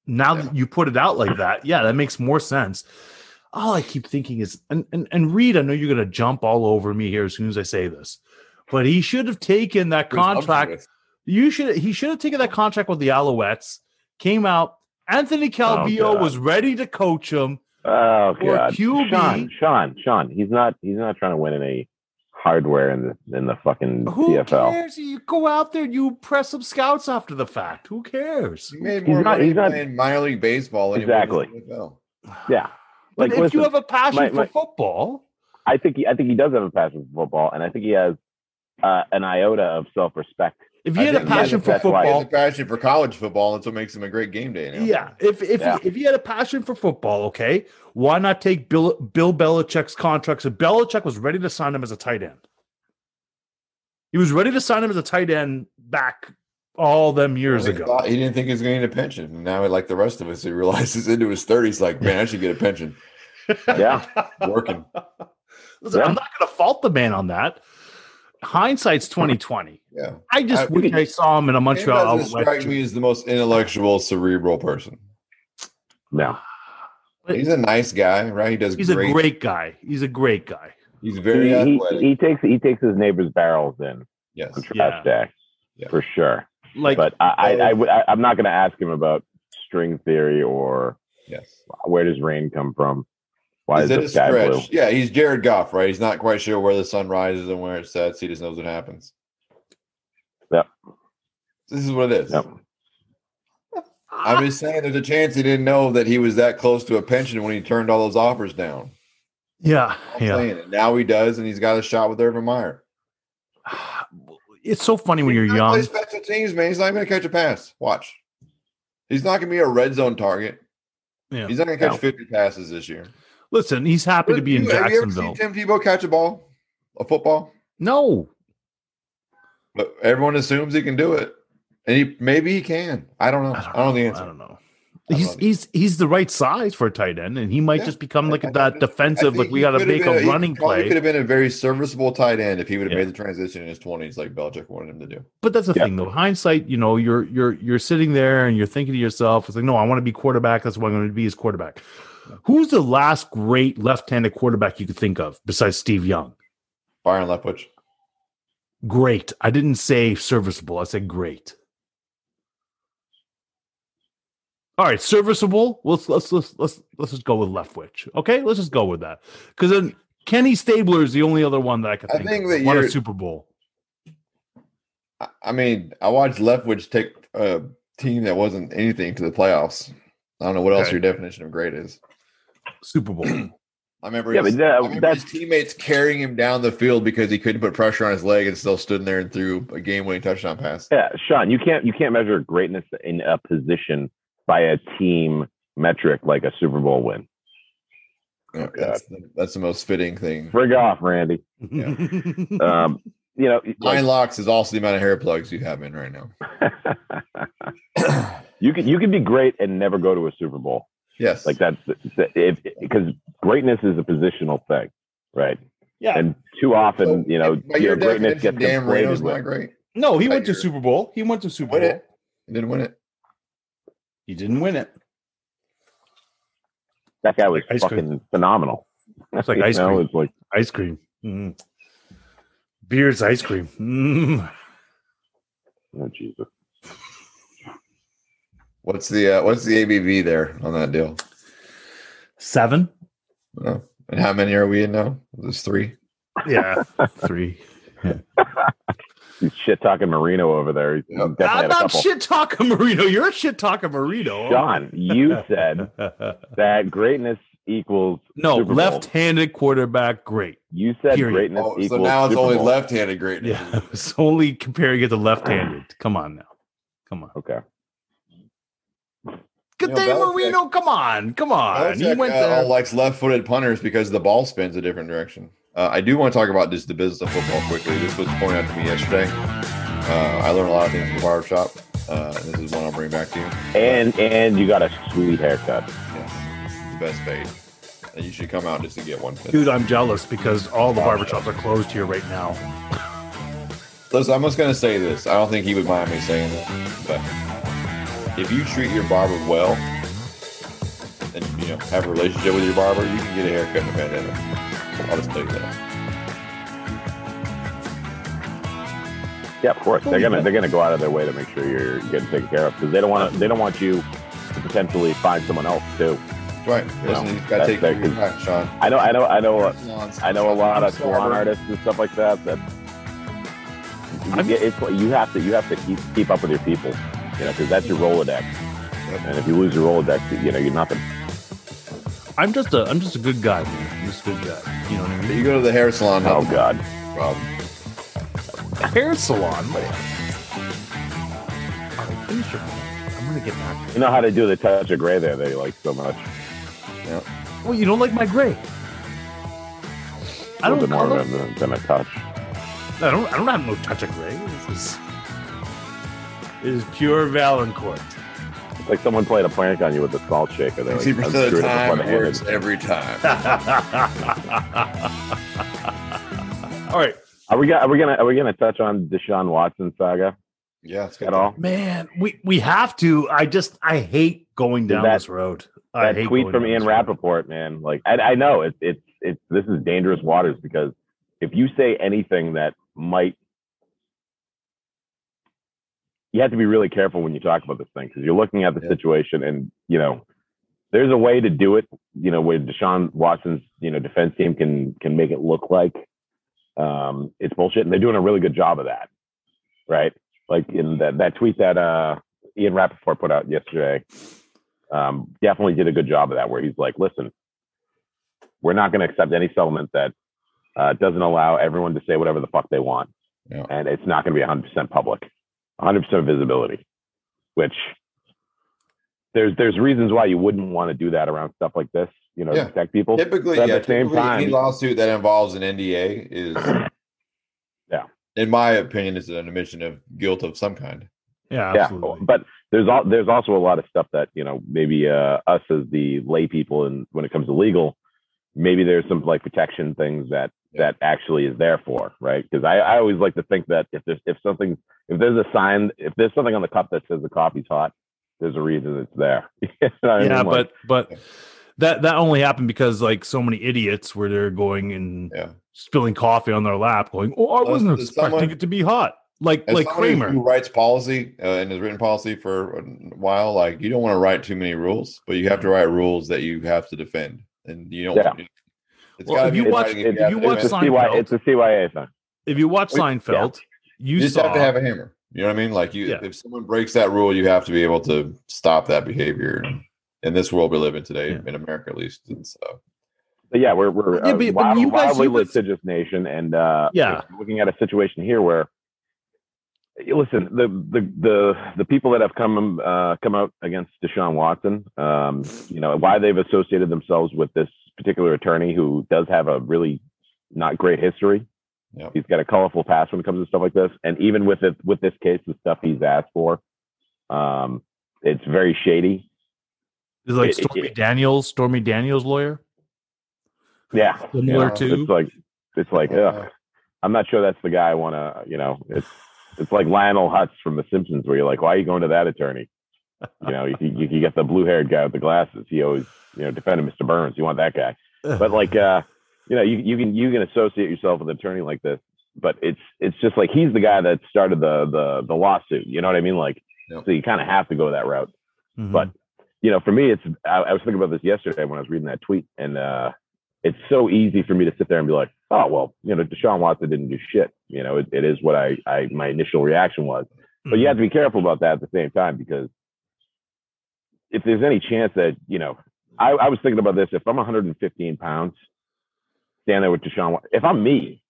C: Now
B: Yeah.
C: that you put it out like that, yeah, that makes more sense. All I keep thinking is, and and, and Reed, I know you're gonna jump all over me here as soon as I say this, but he should have taken that
B: It was lovely
C: contract
B: with-
C: you should he should have taken that contract with the Alouettes. Came out. Anthony Calvillo
D: Oh, God.
C: was ready to coach him.
D: Oh
C: Or
D: god,
C: QB.
D: Sean, Sean, Sean. He's not. He's not trying to win any hardware in the in the fucking
C: Who
D: CFL.
C: cares? You go out there, you press some scouts after the fact. Who cares?
B: He made more
D: He's not-
B: money
D: he's not-
B: playing minor league baseball. than he was in
D: Exactly.
B: the NFL.
D: Yeah,
C: But
D: like
C: if
D: listen,
C: you have a passion
D: my-
C: for
D: my-
C: football,
D: I think he, I think he does have a passion for football, and I think he has uh, an iota of self respect
C: If you
B: I
C: had a
B: think he has
C: passion
D: a
C: for
D: passion- why
B: He has
C: football,
B: a passion for college football. That's what makes him a great game day. now.
C: Yeah, if if
D: Yeah.
C: if he had a passion for football, okay, why not take Bill Bill Belichick's contract? So Belichick was ready to sign him as a tight end. He was ready to sign him as a tight end back all them years
B: He,
C: ago.
B: thought- he didn't think he was going to get a pension. Now, like the rest of us, he realizes into his 30s, like, man, I should get a pension.
D: Yeah.
B: Working.
C: Listen,
D: Yeah.
C: I'm not going to fault the man on that. Hindsight's twenty twenty.
B: Yeah.
C: I just
B: I-
C: wish I saw him in a
B: It
C: Montreal.
B: doesn't
C: Outlet
B: Uh, strike
C: shirt.
B: me as the most intellectual, cerebral person.
D: No.
C: But
B: He's a nice guy, right? He does
C: he's
B: great.
C: a great guy. He's a great guy.
B: He's
D: He,
B: very
D: he-
B: athletic.
D: he takes he takes his neighbor's barrels in
B: yes.
D: on trash day
B: Yeah. uh,
D: for sure.
C: Like
D: but I, I, I, would- I I'm not going to ask him about string theory or
B: Yes.
D: where does rain come from. Why is,
B: it
D: the sky blue?
B: Yeah, he's Jared Goff, right? He's not quite sure where the sun rises and where it sets. He just knows what happens.
D: Yep.
B: This is what it is.
D: Yep.
B: I'm just saying there's a chance he didn't know that he was that close to a pension when he turned all those offers down.
C: yeah,
B: I'm
C: yeah.
B: saying it. Now he does, and he's got a shot with Urban Meyer.
C: It's so funny when you're
B: He's gonna
C: young.
B: Play special teams, man. He's not even going to catch a pass. Watch. He's not going to be a red zone target.
C: Yeah.
B: He's not going to catch
D: No.
B: 50 passes this year.
C: Listen, he's happy to be in
B: You- have you ever seen
C: Jacksonville.
B: Tim Tebow catch a ball, a football?
C: No,
B: But everyone assumes he can do it, and he maybe he can. I don't know. I don't, know the answer.
C: I don't know.
B: I don't
C: He's
B: know.
C: he's he's the right size for a tight end, and he might
B: Yeah.
C: just become like
B: I- I
C: that
B: think-
C: defensive.
B: I
C: Like
B: think
C: we
B: he
C: got to
B: could've
C: make
B: been
C: a running
B: probably
C: play.
B: could have been a very serviceable tight end if he would have
C: Yeah.
B: made the transition in his twenties, like Belichick wanted him to do.
C: But that's the
D: Yeah.
C: thing, though. Hindsight, you know, you're you're you're sitting there and you're thinking to yourself, "It's like, no, I want to be quarterback. That's what I'm going to be as quarterback." Who's the last great left-handed quarterback you could think of besides Steve Young?
B: Byron Leftwich.
C: Great. I didn't say serviceable. I said great. All right, serviceable. Let's let's let's let's let's just go with Leftwich. Okay, let's just go with that. Because then Kenny Stabler is the only other one that I could
B: I
C: think.
B: think
C: of
B: that
C: won a
B: you're-
C: Super Bowl.
B: I, I mean, I watched Leftwich take a team that wasn't anything to the playoffs. I don't know what else
C: Okay.
B: your definition of great is.
C: Super Bowl.
B: I remember,
D: Yeah,
B: his,
D: but that-
B: I remember his
D: that's-
B: teammates carrying him down the field because he couldn't put pressure on his leg and still stood in there and threw a game-winning touchdown pass.
D: Yeah, Sean, you can't you can't measure greatness in a position by a team metric like a Super Bowl win.
B: Yeah, that's, the, that's the most fitting thing.
D: Frig off, Randy.
B: Uh,
D: Um, you know,
B: Nine
D: like,
B: locks is also the amount of hair plugs you have in right now.
D: you can you can be great and never go to a Super Bowl.
B: yes,
D: Like that's because greatness is a positional thing, right?
C: yeah.
D: And too often, you know,
B: by your
D: your greatness
B: definition,
D: gets
B: Dan
D: conflated
B: Marino's not
D: with.
B: great.
C: No, he
B: that
C: went to
B: year.
C: Super Bowl. He went to Super
B: Win
C: Bowl.
B: it. He didn't win it.
C: He didn't win it.
D: That guy was
C: Ice cream.
D: fucking phenomenal.
C: It's like
D: You
C: ice
D: know,
C: cream.
D: It's like
C: Ice cream. Mm. Beer's ice cream. Mm.
D: oh Jesus.
B: What's the uh, what's the ABV there on that deal?
C: Seven.
B: Oh, and how many are we in now? There's three.
C: Yeah. Three.
D: He's shit talking Marino over there. He's
B: Yeah.
D: definitely had
C: I'm
D: a
C: not
D: couple.
C: shit talking Marino. You're a shit talking Marino.
D: John, you said that greatness equals
C: no,
D: Super Bowl.
C: left-handed quarterback, great.
D: You said
C: Period.
D: greatness
B: Oh, so
D: equals
B: now it's
D: Super
B: only
D: Bowl.
B: left-handed greatness.
C: Yeah, it's only comparing it to left-handed. Come on now, come on.
D: Okay.
C: Good
B: You know,
C: day,
B: Belichick-
C: Marino. Come on, come on. He
B: Belichick,
C: went
B: uh,
C: there.
B: likes left-footed punters because the ball spins a different direction. Uh, I do want to talk about just the business of football quickly. This was pointed out to me yesterday. Uh, I learned a lot of things in the barbershop. Uh, and this is one I'll bring back to you.
D: And and you got a sweet haircut.
B: Yes, the best fade. And you should come out just to get one.
C: Dude, I'm jealous because all the barbershops are closed here right now.
B: Listen, I'm just gonna say this. I don't think he would mind me saying that, but if you treat your barber well and you know have a relationship with your barber, you can get a haircut in a pandemic. I'll just tell you that.
D: Yeah, of course. They're
B: yeah.
D: gonna they're gonna go out of their way to make sure you're getting taken care of because they don't want to they don't want you to potentially find someone else too.
B: That's right. Listen,
D: No,
B: you've got to take
D: that's
B: care of your
D: fair,
B: time, Sean.
D: I know I know I know
B: Salons.
D: I know a lot of
B: Barber.
D: salon artists and stuff like that. That
C: I'm-
D: Yeah, it's you have to you have to keep, keep up with your people, you know, because that's your Rolodex. And if you lose your Rolodex, you know you're nothing.
C: I'm just a I'm just a good guy. Man. I'm just a good guy. You know what I mean?
B: You go to the hair salon.
D: Oh
B: Oh,
D: God.
B: problem.
C: Hair salon. Man. of gray. I'm gonna get back.
D: You know how to do the touch of gray there that you like so much.
C: Well, you don't like my gray. I
D: A little
C: don't.
D: bit
C: I
D: more
C: don't,
D: than, than a touch.
C: I don't. I don't have no touch of gray. This is, it is pure Valancourt.
D: It's like someone played a plank on you with a salt shaker. They're like,
B: Sixty percent of
D: unscrewed
B: the
D: it before
B: time
D: they
B: it
D: handed
B: works every time.
C: All right,
D: Are we, go- are we gonna are we gonna touch on Deshaun Watson saga
B: Yeah, it's good.
D: at all?
C: man. We we have to. I just I hate going down
D: That-
C: this road. I
D: That
C: hate
D: tweet
C: going
D: from
C: down
D: Ian
C: this road.
D: Rappaport, man. Like I, I know it's it's it's this is dangerous waters because if you say anything that might, you have to be really careful when you talk about this thing because you're looking at the
B: Yeah.
D: situation and you know there's a way to do it. You know where Deshaun Watson's you know defense team can can make it look like um, it's bullshit and they're doing a really good job of that, right? Like in that that tweet that uh, Ian Rappaport put out yesterday um, definitely did a good job of that, where he's like, listen, we're not going to accept any settlement that uh, doesn't allow everyone to say whatever the fuck they want.
B: Yeah.
D: And it's not going to be 100% public, 100% visibility, which there's, there's reasons why you wouldn't want to do that around stuff like this, you know, to
B: Yeah.
D: protect people.
B: Typically,
D: But at
B: yeah,
D: the same
B: typically any
D: time-
B: lawsuit that involves an NDA is,
D: Yeah.
B: in my opinion, is an admission of guilt of some kind.
C: Yeah,
D: yeah
C: absolutely.
D: but there's all there's also a lot of stuff that you know maybe uh, us as the lay people and when it comes to legal maybe there's some like protection things that
B: Yeah.
D: that actually is there for right because I, I always like to think that if there's if something if there's a sign if there's something on the cup that says the coffee's hot there's a reason it's there You know what I
C: yeah,
D: mean? Like,
C: but but that that only happened because like so many idiots were there going and
B: Yeah.
C: spilling coffee on their lap, going, "Oh, I
B: As-
C: wasn't
B: as
C: expecting
B: someone-
C: it to be hot." Like
B: As
C: like
B: somebody
C: Kramer.
B: who writes policy uh, and has written policy for a while, like you don't want to write too many rules, but you have to write rules that you have to defend, and you don't.
D: Yeah.
B: It's
C: Well,
B: gotta
C: if
B: be
C: you
B: in
C: watch-
B: writing
D: if
B: have
C: you
B: to
C: watch
D: it's, a
B: defend.
C: Seinfeld-
D: CY, it's a CYA thing
C: If you watch
B: We- yeah.
C: Seinfeld, you,
B: you just
C: saw,
B: have to have a hammer. You know what I mean? Like you,
C: Yeah.
B: if someone breaks that rule, you have to be able to stop that behavior. In this world we live in today,
C: Yeah.
B: in America at least, and so
D: But yeah, we're we're
C: Yeah,
D: a
C: but- but
D: wild-
C: you guys-
D: wildly
C: you guys-
D: litigious nation, and uh,
C: Yeah.
D: we're looking at a situation here where, you listen, the the the the people that have come uh, come out against Deshaun Watson, um, you know, why they've associated themselves with this particular attorney who does have a really not great history.
B: Yep.
D: He's got a colorful past when it comes to stuff like this, and even with it with this case, the stuff he's asked for, um, it's very shady.
C: is like
D: it- it-
C: Stormy Daniels, Stormy Daniels' lawyer,
D: Yeah,
C: similar
B: Yeah.
C: to
D: it's like it's like
B: Uh,
D: ugh. I'm not sure that's the guy I want to, you know, it's, it's like Lionel Hutz from The Simpsons, where you're like, why are you going to that attorney? You know, you, you, you got the blue haired guy with the glasses. He always, you know, defended Mr. Burns. You want that guy. But like, uh, you know, you, you can, you can associate yourself with an attorney like this, but it's, it's just like, he's the guy that started the, the, the lawsuit. You know what I mean? Like,
B: Yep.
D: so you kind of have to go that route
C: Mhm.
D: but- you know, for me, it's I, I was thinking about this yesterday when I was reading that tweet, and uh, it's so easy for me to sit there and be like, oh well, you know, Deshaun Watson didn't do shit. You know, it, it is what I, I my initial reaction was, but you have to be careful about that at the same time because if there's any chance that you know, I, I was thinking about this. If I'm 115 pounds, standing there with Deshaun, Wa- if I'm me,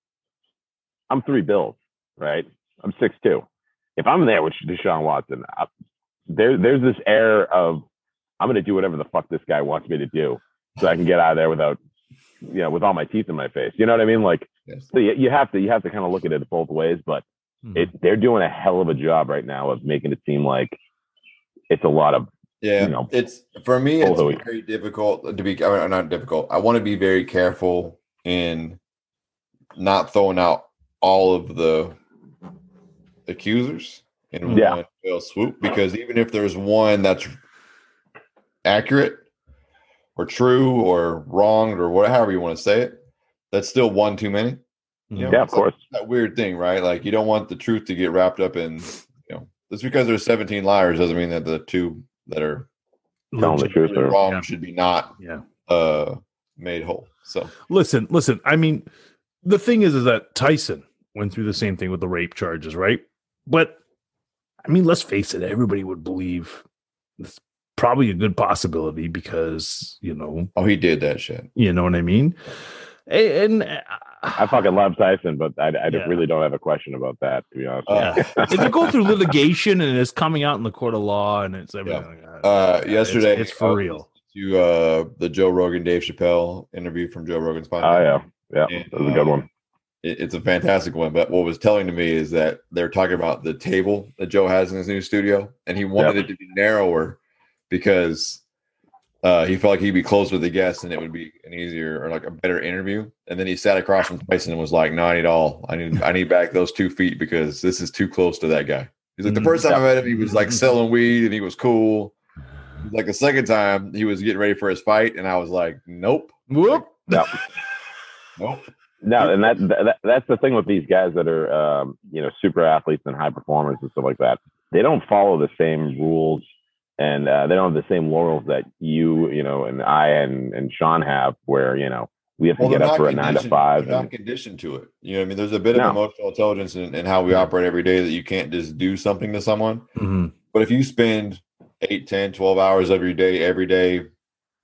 D: I'm three bills, right? I'm six two. If I'm there with Deshaun Watson, I, there there's this air of I'm gonna do whatever the fuck this guy wants me to do so I can get out of there without you know, with all my teeth in my face. You know what I mean? Like
B: yes.
D: so you, you have to you have to kind of look at it both ways, but
C: Mhm.
D: it they're doing a hell of a job right now of making it seem like it's a lot of
B: Yeah,
D: you know,
B: it's for me. It's
D: although-
B: very difficult to be. I mean, not difficult. I want to be very careful in not throwing out all of the accusers in
D: Yeah.
B: one fell swoop because even if there's one that's accurate or true or wronged or whatever you want to say it, that's still one too many.
C: Mhm.
B: You know,
D: yeah, of
B: it's like
D: course.
B: that weird thing, right? Like you don't want the truth to get wrapped up in. You know, just because there's 17 liars doesn't mean that the two that are
D: Telling the
C: Legit.
D: truth
B: really
D: or
B: wrong
C: Yeah.
B: should be not
C: Yeah.
B: uh made whole. So
C: Listen, listen. I mean, the thing is, is that Tyson went through the same thing with the rape charges, right? But I mean, let's face it. Everybody would believe it's probably a good possibility because you know
B: oh he did that shit.
C: You know what I mean? A- And uh,
D: I fucking love Tyson, but I, I
C: Yeah.
D: really don't have a question about that. To be honest,
B: Uh,
C: if you go through litigation and it's coming out in the court of law and it's everything like that,
B: Uh,
C: it's-
B: yesterday,
C: it's,
B: I
C: for
B: was
C: real.
B: listening To uh, the Joe Rogan Dave Chappelle interview from Joe Rogan's podcast.
D: oh yeah, yeah,
B: And,
D: that was a good
B: uh,
D: one.
B: it- it's a fantastic one. But what was telling to me is that they're talking about the table that Joe has in his new studio, and he wanted
D: Yep.
B: it to be narrower because uh, he felt like he'd be closer to the guests and it would be an easier or like a better interview. And then he sat across from Tyson and was like, "No, I need all. I need I need back those two feet because this is too close to that guy." He's like, the
C: Mm,
B: first time I
D: yeah.
B: met him, he was like selling weed and he was cool. Like the second time, he was getting ready for his fight, and I was like, "Nope,
C: Whoop.
B: nope."
D: No, and that, that that's the thing with these guys that are um, you know super athletes and high performers and stuff like that. They don't follow the same rules, and uh, they don't have the same laurels that you you know and I and and Sean have, where you know we have to
B: Well,
D: get
B: they're
D: up
B: not
D: for a nine to
B: conditioned-
D: five.
B: They're not
D: and-
B: conditioned to it. You know, what I mean, there's a bit
D: No.
B: of emotional intelligence in, in how we operate every day that you can't just do something to someone.
C: Mhm.
B: But if you spend 8, 10, 12 hours of your day, every day,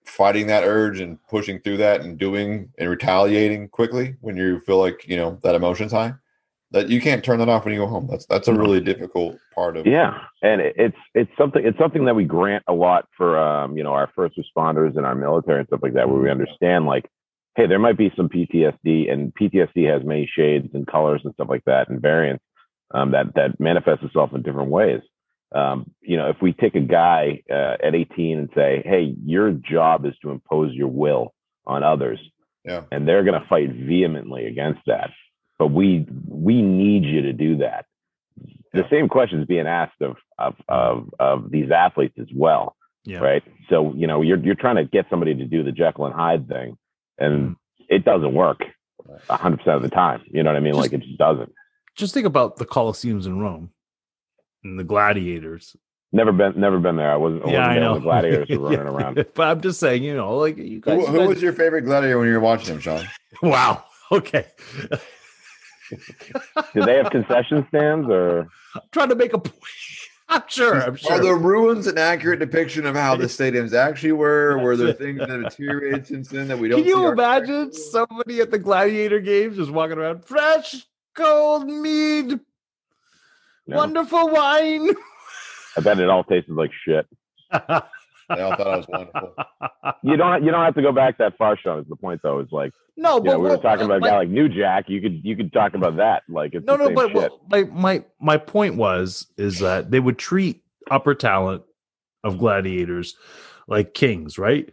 B: fighting that urge and pushing through that and doing and retaliating quickly when you feel like, you know, that emotion's high, that you can't turn that off when you go home. That's that's a
C: No.
B: really difficult part of
D: Yeah, and it- it's it's something it's something that we grant a lot for um, you know our first responders and our military and stuff like that, where we understand like, hey, there might be some PTSD, and PTSD has many shades and colors and stuff like that, and variants um, that that manifests itself in different ways. Um, you know, if we take a guy uh, at 18 and say, hey, your job is to impose your will on others,
B: Yeah.
D: and they're going to fight vehemently against that, but we we need you to do that the
B: Yeah.
D: same questions being asked of of of, of these athletes as well,
C: Yeah.
D: right? So you know you're you're trying to get somebody to do the Jekyll and Hyde thing, and
C: Mm-hmm.
D: it doesn't work hundred percent of the time. You know what I mean? like it just doesn't.
C: Just think about the Colosseums in Rome and the gladiators.
D: Never been never been there. I
C: yeah,
D: wasn't. wasn't
C: I
D: there
C: know.
D: when The gladiators were running
C: Yeah.
D: around.
C: But I'm just saying, you know, like you guys.
B: Who,
C: you
B: who
C: guys-
B: was your favorite gladiator when you were watching him, Sean?
C: wow. Okay.
D: Do they have concession stands or?
C: trying to make a point. I'm sure. I'm sure.
B: Are the ruins an accurate depiction of how the stadiums actually were? Were there
C: That's
B: things that deteriorated since then that we don't?
C: Can
B: see
C: you
B: our-
C: imagine somebody at the gladiator games just walking around fresh cold mead,
D: No.
C: wonderful wine?
D: I bet it all tasted like shit.
B: They all thought I was wonderful.
D: You don't you don't have to go back that far, Sean. Is the point though? Is like
C: no,
D: you know,
C: but
D: we were
C: what-
D: talking about a
C: my-
D: guy like New Jack. You could you could talk about that. Like it's
C: no,
D: the
C: no,
D: same
C: but
D: shit.
C: what- my my my point was is that they would treat upper talent of gladiators like kings, right?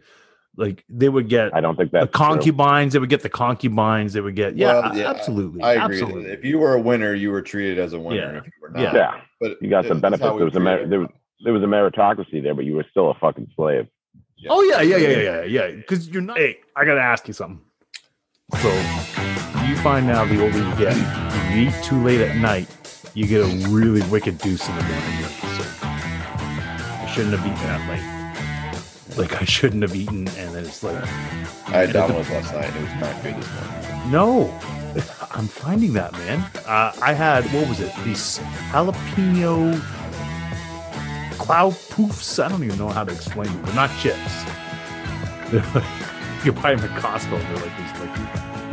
C: Like they would get
D: I don't think
C: the
D: that's true.
C: concubines, they would get the concubines, they would get yeah,
B: Well, yeah,
C: absolutely,
B: I agree.
C: absolutely.
B: If you were a winner, you were treated as a winner.
C: Yeah.
B: If you were not,
C: Yeah.
D: Yeah.
B: But
D: You got some
B: that's how
D: benefits.
B: we
D: There was a
B: treat
D: mer- there was- there was a meritocracy there, but you were still a fucking slave.
C: Oh yeah, yeah, yeah, yeah, yeah, yeah. Because you're not. Hey, I gotta ask you something. So you find out the older you get, you eat too late at night, you get a really wicked deuce in the morning. You're like, "So, I shouldn't have eaten that late. Like I shouldn't have eaten, and then it's like,
B: I had Domino's last night. It was not good this morning.
C: no, I'm finding that man. Uh, I had what was it? These jalapeno cloud poofs. I don't even know how to explain them. They're not chips. They're like, you buy them at Costco. They're like these like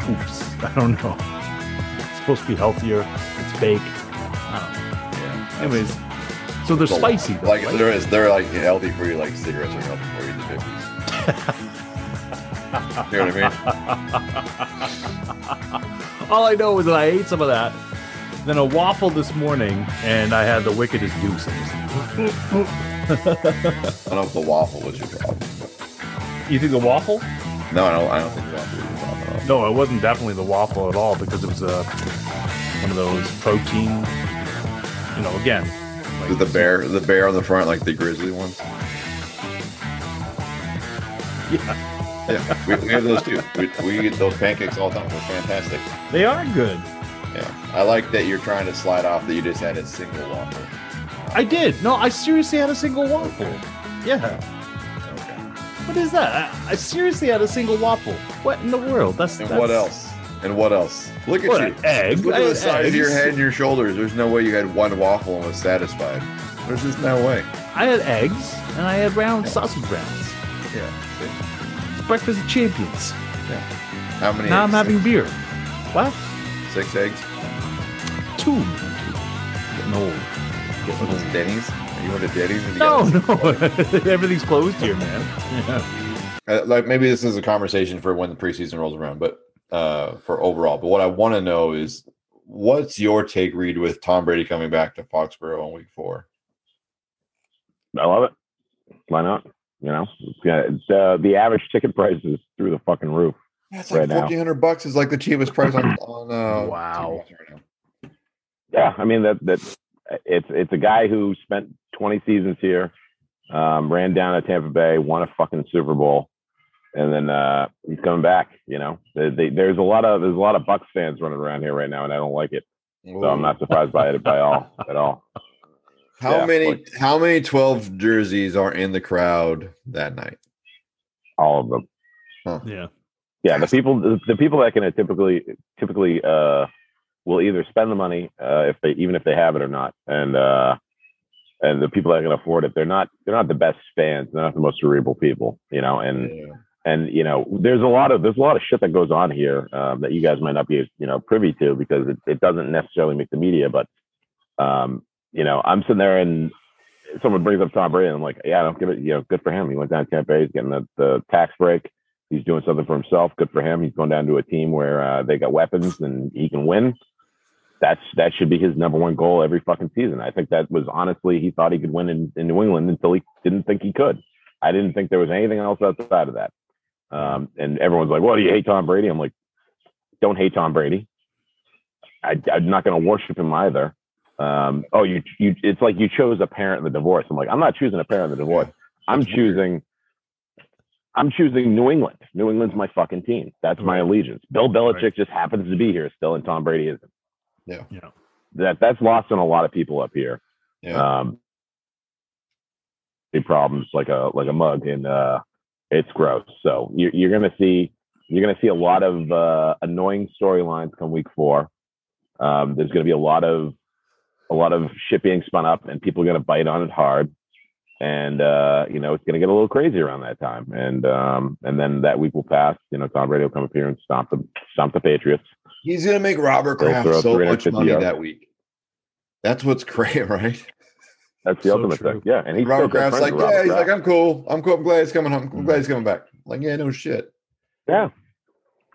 C: poofs. I don't know. It's supposed to be healthier. It's baked. I
B: Yeah.
C: don't know. Anyways, so they're
B: It's a
C: spicy.
B: lot.
C: Though,
B: Like
C: right?
B: there is, they're like healthy for you. Like cigarettes are healthy for you in the fifties. you know what I mean?
C: All I know is that I ate some of that, then a waffle this morning, and I had the wickedest juice.
B: I don't know if the waffle was your problem. but-
C: You think the waffle?
B: No, I don't. I don't think the waffle was your problem. at all.
C: No, it wasn't definitely the waffle at all because it was uh, one of those protein. You know, again,
B: Is it The bear, the bear on the front, like the grizzly ones.
C: yeah,
B: Yeah, we, we have those too. We, we eat those pancakes all the time. They're fantastic.
C: they are good.
B: Yeah, I like that you're trying to slide off that you just had a single waffle.
C: I did. No, I seriously had a single waffle. Yeah,
B: Okay.
C: what is that? I, I seriously had a single waffle. What in the world? That's,
B: And
C: that's
B: what else? And what else? Look at
C: What
B: you.
C: an egg.
B: Look at
C: I
B: the
C: had
B: size of your
C: eggs.
B: head and your shoulders. There's no way you had one waffle and was satisfied. There's just no way.
C: I had eggs and I had round sausage rounds.
B: Yeah.
C: It's breakfast of champions.
B: How many?
C: Now I'm
B: eggs?
C: having beer. What?
B: Six eggs.
C: Two. Getting old. Getting
B: What is
C: old.
B: it, Denny's? Are you went to Denny's? And you
C: No,
B: got-
C: no. Everything's closed here, man. Yeah.
B: Uh, like maybe this is a conversation for when the preseason rolls around, but uh, for overall. But what I want to know is what's your take, Reed, with Tom Brady coming back to Foxborough in week four?
D: I love it. Why not? You know, it's got, the the average ticket price is through the fucking roof.
B: That's
D: like Right now.
B: 1400 bucks is like the cheapest price on, on uh,
C: Wow.
D: Yeah, I mean that that it's it's a guy who spent 20 seasons here, um, ran down to Tampa Bay, won a fucking Super Bowl, and then uh, he's coming back. You know, they, they, there's a lot of there's a lot of Bucks fans running around here right now, and I don't like it. So I'm not surprised by it by all at all.
B: How
D: Yeah,
B: many
D: like-
B: how many 12 jerseys are in the crowd that night?
D: All of them.
C: Yeah.
D: Yeah, the people the people that can uh, typically typically uh, will either spend the money uh, if they even if they have it or not, and uh, and the people that can afford it, they're not they're not the best fans, they're not the most cerebral people, you know, and.
B: Yeah.
D: and you know there's a lot of there's a lot of shit that goes on here um, that you guys might not be you know privy to because it, it doesn't necessarily make the media but um, you know i'm sitting there and someone brings up tom brady and i'm like yeah i don't give it you know good for him he went down to tampa Bay, he's getting the, the tax break he's doing something for himself good for him he's going down to a team where uh, they got weapons and he can win that's that should be his number one goal every fucking season i think that was honestly he thought he could win in, in new england until he didn't think he could i didn't think there was anything else outside of that um, and everyone's like, "Well, do you hate Tom Brady?" I'm like, "Don't hate Tom Brady. I, I'm not going to worship him either." Um, oh, you, you, it's like you chose a parent in the divorce. I'm like, I'm not choosing a parent in the divorce. I'm choosing, I'm choosing New England. New England's my fucking team. That's
C: Right.
D: my allegiance. Bill Belichick
C: Right.
D: just happens to be here still, and Tom Brady isn't.
B: Yeah.
C: Yeah.
D: That that's lost on a lot of people up here
B: Yeah.
D: um big problems like a like a mug and uh it's gross so you're, you're gonna see you're gonna see a lot of uh annoying storylines come week four um there's gonna be a lot of a lot of shit being spun up and people are gonna bite on it hard and uh you know it's gonna get a little crazy around that time and um and then that week will pass you know tom brady will come up here and stomp the stomp the patriots
B: He's gonna make Robert
D: They'll
B: Kraft
D: throw
B: so much
D: 350
B: money
D: yards.
B: that week. That's what's great, right?
D: that's the
C: So
D: ultimate
C: true.
D: thing yeah and he's
B: Robert
D: still good
B: Kraft's
D: friends
B: like,
D: with
B: yeah,
D: Robert
B: he's
D: Kraft. Mm-hmm.
B: like, I'm cool. I'm cool. I'm glad he's coming home. I'm
C: Mhm.
B: glad he's coming back. Like, yeah, no shit.
D: yeah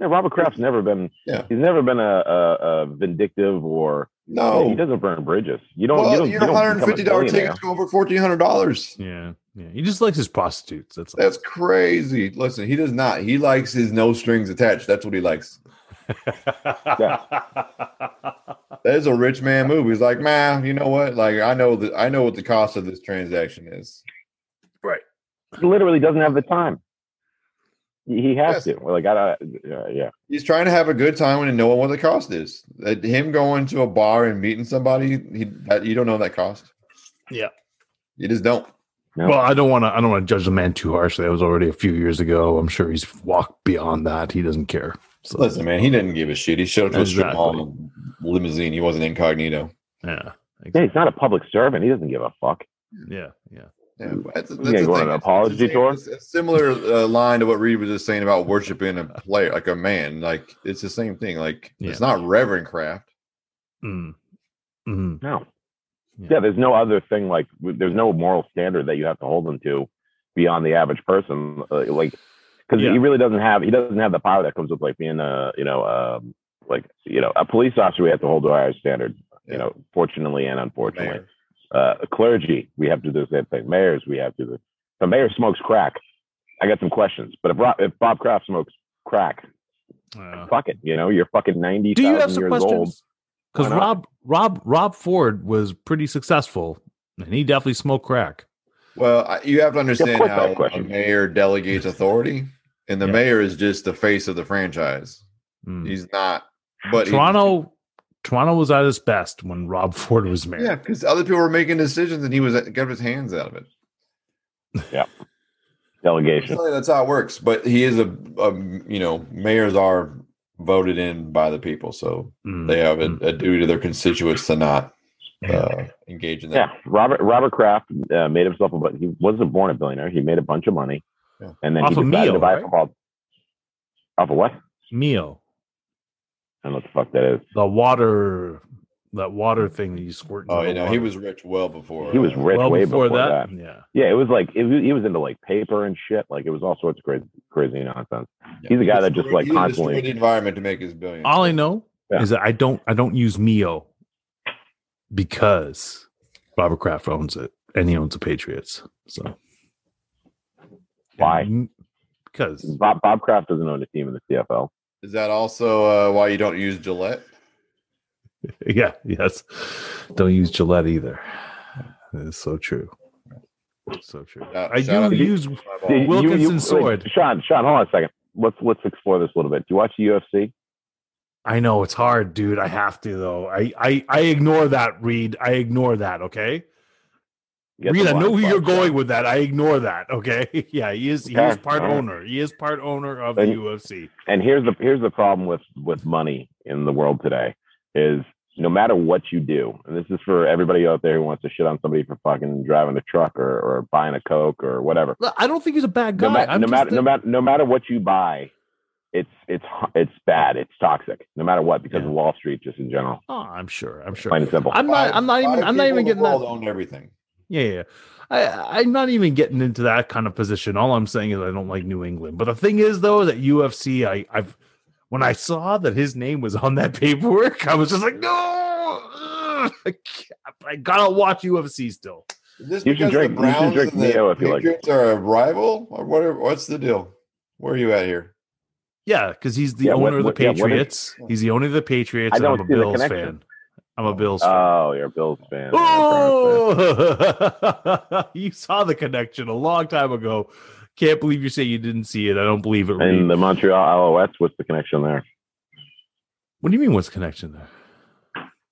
D: Yeah, Robert Kraft's never been.
B: Yeah.
D: He's never been a, a, a vindictive or he
B: No.
D: doesn't burn bridges. You don't. you
B: Oh. Well,
D: don't.
B: your
D: you don't become a
B: $150
D: billionaire.
B: ticket's going for $1,400.
C: Yeah. Yeah. He just likes his prostitutes. That's all.
B: That's crazy. Listen, he does not. He likes his no strings attached. That's what he likes. That is a rich man move. He's like, man, you know what? Like, I know that I know what the cost of this transaction is.
D: He literally doesn't have the time. He he has
B: Yes.
D: to. Like I. Uh, yeah.
B: He's trying to have a good time and knowing what the cost is. That him going to a bar and meeting somebody, he, that, you don't know that cost.
C: Yeah.
B: you just don't.
C: Well, I don't want to. I don't want to judge the man too harshly. That was already a few years ago. I'm sure he's walked beyond that. He doesn't care. So,
B: Listen, man, he didn't give a shit. He showed up to a strip mall
C: Exactly.
B: in a limousine. He wasn't incognito.
C: yeah,
D: Yeah. He's not a public servant. He doesn't give a fuck.
C: yeah, yeah.
B: Yeah, that's, that's
D: gonna
B: the
D: go on
B: thing.
D: an apology
B: It's the same-
D: tour?
B: it's a similar uh, line to what Reed was just saying about worshiping a player, like a man. Like it's the same thing. Like it's
C: Yeah.
B: not Reverend Craft.
C: Mm. Mm.
D: No.
C: Yeah.
D: Yeah. There's no other thing like. w- There's no moral standard that you have to hold him to beyond the average person. Uh, like, because
C: Yeah.
D: he really doesn't have. He doesn't have the power that comes with like being a. You know. Um, like you know, a police officer we have to hold to a higher standard. You
B: Yeah.
D: know, fortunately and unfortunately.
B: Mayor.
D: uh, clergy, we have to do the same thing. Mayors, we have to do. The, if a mayor smokes crack, I got some questions. But if Rob, if Bob Kraft smokes crack,
C: Uh,
D: fuck it. You know, you're fucking ninety
C: do you have
D: thousand
C: some
D: years old.
C: questions? Because
D: Why not?
C: Rob, Rob, Rob Ford was pretty successful, and he definitely smoked crack.
B: Well, I, you have to understand
D: course I have
B: how a
D: questions.
B: mayor delegates authority, and the
C: Yeah.
B: mayor is just the face of the franchise.
C: Mm.
B: He's not, but he-
C: Toronto, Toronto was at its best when Rob Ford was mayor.
B: yeah, because other people were making decisions, and he was got his hands out of it. I'm
D: Delegation.
B: telling you, that's how it works. But he is a, a you know, mayors are voted in by the people, so
D: Mm-hmm.
C: Mm.
B: they have a,
C: Mm.
B: a duty to their constituents to not uh, engage in
D: Yeah,
B: that.
D: Robert Robert Kraft uh, made himself a. bu- He wasn't born a billionaire. He made a bunch of money,
B: Yeah.
D: and then
C: Off
D: he
C: of
D: decided
C: Mio,
D: to buy a
C: right?
D: football. Off of what?
C: Mio.
D: I don't know what the fuck that is.
C: The water, that water thing that you squirt.
B: Oh,
C: into
B: you
C: the
B: know, he
C: water.
B: was rich well before.
D: He was
B: uh,
D: rich
C: well
D: way
C: before, that. Yeah.
D: Yeah, it was like it was, he was into like paper and shit. Like it was all sorts of crazy, crazy nonsense.
B: yeah.
D: he's a guy
B: He
D: that just,
B: destroyed-
D: like,
B: he destroyed
D: constantly-
B: the environment to make his billion.
C: All I know
D: Yeah.
C: is that I don't I don't use Mio because Robert Kraft owns it and he owns the Patriots. So
D: Why?
C: And- Because
D: Bob, Bob Kraft doesn't own a team in the CFL.
B: Is that also uh, why you don't use Gillette?
C: yeah, yes. Don't use Gillette either. It's so true. So true.
B: Shout-
C: I
B: shout out
C: do
B: to-
C: use
B: My
D: Did
B: ball.
D: you-
C: Wilkinson
D: wait,
C: sword.
D: Sean, Sean, hold on a second. Let's let's explore this a little bit. Do you watch the UFC?
C: I know it's hard, dude. I have to though. I I, I ignore that, Reed. I ignore that, okay?
D: You got
C: Reed,
D: the
C: I know
D: blind
C: who you're
D: spot.
C: going with that. I ignore that, okay? Yeah, he is he is
D: Okay,
C: part
D: all right.
C: owner. He is part owner of the
D: And-
C: UFC.
D: And here's the here's the problem with with money in the world today is no matter what you do, and this is for everybody out there who wants to shit on somebody for fucking driving a truck or, or buying a coke or whatever.
C: Look, I don't think he's a bad guy.
D: no, ma-
C: I'm
D: no
C: just
D: matter
C: a-
D: no matter no matter what you buy, it's it's h- it's bad. It's toxic. No matter what, because
C: Yeah.
D: of Wall Street, just in general,
C: Oh, I'm sure. I'm sure.
D: plain and simple.
C: I'm not. I'm not even.
B: Five
C: I'm not
B: people
C: even
B: in the
C: getting that.
B: world owned everything.
C: Yeah, yeah. yeah. I, I'm not even getting into that kind of position. All I'm saying is I don't like New England. But the thing is, though, that UFC, I, I've when I saw that his name was on that paperwork, I was just like, no, ugh, I, can't- I gotta watch UFC still.
B: Is this
D: You should
B: because
D: drink-
B: the
D: you should
B: Browns
D: drink
B: and the
D: Neo if you like.
B: Patriots are a rival, or whatever? What's the deal? Where are you at here?
C: Yeah, because he's the
D: Yeah, what-
C: owner of the
D: what- yeah, what is-
C: Patriots. he's the owner of the Patriots.
D: I
C: and I'm
D: don't
C: a
D: see the
C: Bills
D: connection.
C: fan. I'm a Bills fan.
D: Oh, you're a Bills fan. you're a Browns
C: Oh, you saw the connection a long time ago. Can't believe you say you didn't see it. I don't believe it.
D: fan.
C: Reed.
D: And uh, the Montreal Alouettes, what's the connection there?
C: what do you mean? What's the connection there?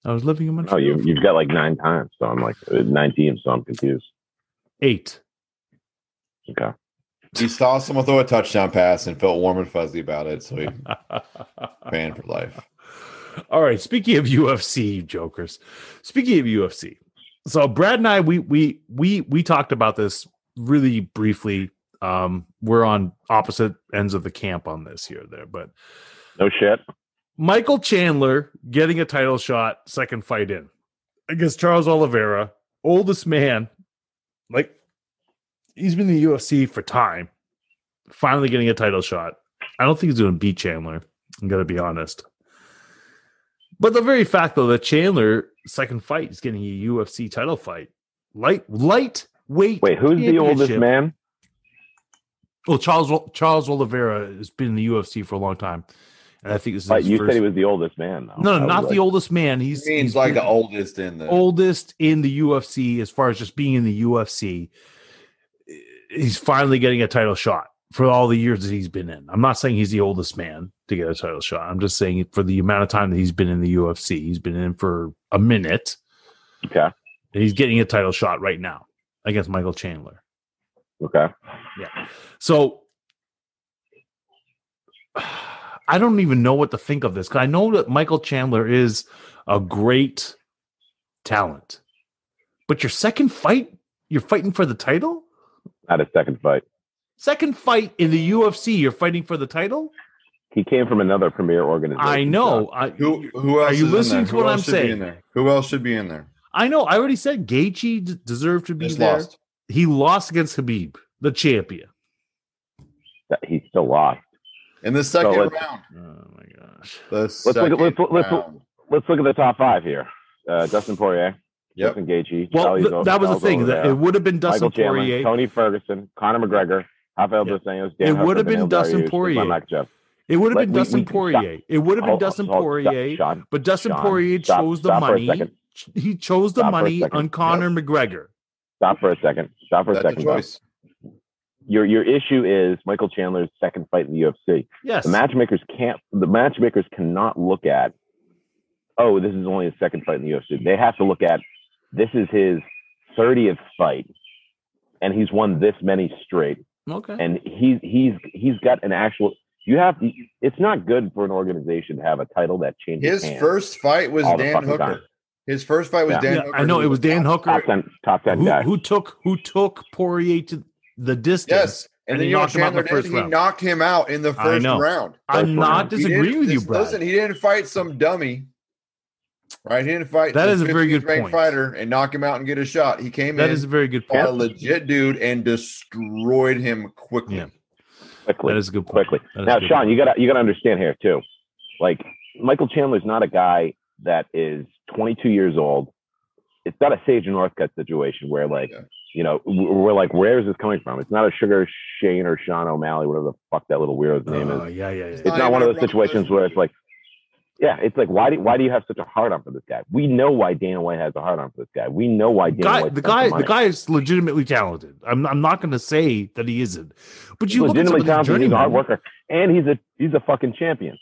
C: I was living in
D: Oh,
C: Montreal.
D: you
C: for
D: you've got like nine times, so I'm like uh, nine teams, so I'm confused.
C: eight.
D: Okay.
B: He saw someone throw a touchdown pass and felt warm and fuzzy about it, so he fan for life.
C: All right. Speaking of UFC jokers, speaking of UFC, so Brad and I, we we we we talked about this really briefly. Um, we're on opposite ends of the camp on this here, there, but
D: No shit.
C: Michael Chandler getting a title shot, second fight in against Charles Oliveira, oldest man. Like he's been in the UFC for time, finally getting a title shot. I don't think he's going to beat Chandler. I'm going to be honest. But the very fact, though, that Chandler second fight is getting a UFC title fight, light lightweight.
D: Wait, who's the oldest
C: championship.
D: man?
C: Well, Charles Charles Oliveira has been in the UFC for a long time, and I think this is
D: Like
C: his
D: you
C: first...
D: said he was the oldest man, though.
C: No,
D: I
C: no,
D: was
C: not
D: like,
C: the oldest man.
B: He
C: He's
B: means
C: he's
B: like
C: been
B: the oldest in the
C: oldest in the UFC as far as just being in the UFC. He's finally getting a title shot for all the years that he's been in. I'm not saying he's the oldest man to get a title shot. I'm just saying for the amount of time that he's been in the UFC, he's been in for a minute.
D: Okay.
C: And he's getting a title shot right now against Michael Chandler.
D: Okay.
C: So I don't even know what to think of this 'cause I know that Michael Chandler is a great talent, but your second fight, you're fighting for the title.
D: Not a second fight.
C: Second fight in the UFC, you're fighting for the title.
D: He came from another premier organization.
C: I know. I
B: who who else
C: you
B: is in
C: listening
B: there?
C: to
B: Who
C: what
B: else
C: I'm
B: should be
C: saying?
B: in there? Who else should be in there?
C: I know. I already said Gaethje d- deserved to be
B: Just
C: there.
B: lost.
C: He lost against Habib, the champion.
D: John. That he still lost.
B: In the second
D: let's-
B: round.
C: Oh my gosh.
B: The
D: look at-
B: second
D: let's- let's-
B: round.
D: Let's look at the top five here. Uh, Dustin Poirier,
B: Yep.
D: Justin Gaethje,
C: Well,
D: Charles
C: th-
D: O-
C: that was the
D: Charles
C: thing. That
D: Oliveira,
C: it would have been
D: Michael
C: Dustin
D: Chandler,
C: Poirier.
D: Tony Ferguson, Conor McGregor, Rafael
C: Yeah.
D: Dos Anjos,
C: It
D: Dan Hooker,
C: would have been
D: Benil
C: Dustin
D: Dariush, Islam
C: Poirier.
D: Makhachev.
C: It would have
D: Like,
C: been
D: we- Oh,
C: Dustin
D: we-
C: Poirier. It would have been
D: Hold-
C: Dustin
D: hold- stop,
C: Poirier,
D: Sean,
C: but Dustin
D: Sean,
C: Poirier
D: stop-
C: chose the
D: stop for a
C: money.
D: second.
C: He chose the
D: Stop for a
C: money
D: second.
C: on Conor McGregor.
D: stop for a second. Stop for a
B: That's a
D: second. though.
B: choice.
D: Your your issue is Michael Chandler's second fight in the UFC.
C: Yes.
D: The matchmakers can't. The matchmakers cannot look at. Oh, this is only his second fight in the UFC. They have to look at. This is his thirtieth fight, and he's won this many straight.
C: okay.
D: And he's he's he's got an actual. You have. It's not good for an organization to have a title that changes
B: His
D: hands.
B: first fight was
D: all the
B: Dan
D: fucking
B: Hooker.
D: time.
B: His first fight was
D: Yeah.
B: Dan
C: Yeah,
B: Hooker.
C: I know
B: who
C: it was Dan
B: top-
C: Hooker
D: top ten top ten
C: who,
D: guy.
C: who took who took Poirier to the distance
B: Yes, And,
C: And
B: then
C: he
B: you know what
C: knocked him out in
B: Chandler
C: the
B: did?
C: first
B: He
C: round.
B: knocked him out in the
C: I
B: first
C: know.
B: round.
C: I'm
D: First
C: not
D: round.
B: He didn't-
C: disagreeing with you,
B: this-
C: Brad.
B: Listen, he didn't fight some dummy. Right? He didn't fight
C: That
B: some
C: is a very good
B: 15th ranked
C: point.
B: fighter and knock him out and get a shot. He came
C: that
B: in,
C: is a very good
B: fought a
C: point.
B: legit dude, and destroyed him quickly.
C: Yeah.
D: quickly.
C: That is a good point.
D: quickly.
C: That is
D: Now,
C: a good
D: Sean, you gotta you gotta understand here too. Like Michael Chandler's not a guy that is 22 years old. It's not a Sage Northcutt situation where like
B: Yeah.
D: you know w- we're like where is this coming from? It's not a Sugar Shane or Sean O'Malley, whatever the fuck that little weirdo's
C: point.
D: name is.
C: Uh, yeah, yeah, yeah.
D: It's not
B: even
D: one of
B: a
D: those
B: brother
D: situations
B: sister.
D: where it's like. Yeah, it's like why do why do you have such a hard on for this guy? We know why Dan White has a hard on for this guy. We know why Dan
C: guy,
D: White.
C: the
D: spent
C: guy, the
D: money.
C: guy is legitimately talented. I'm, I'm not going to say that he isn't, but you look at some
D: legitimately
C: of the
D: talented. He's a hard
C: journeymen.
D: worker, and he's a he's a fucking champion.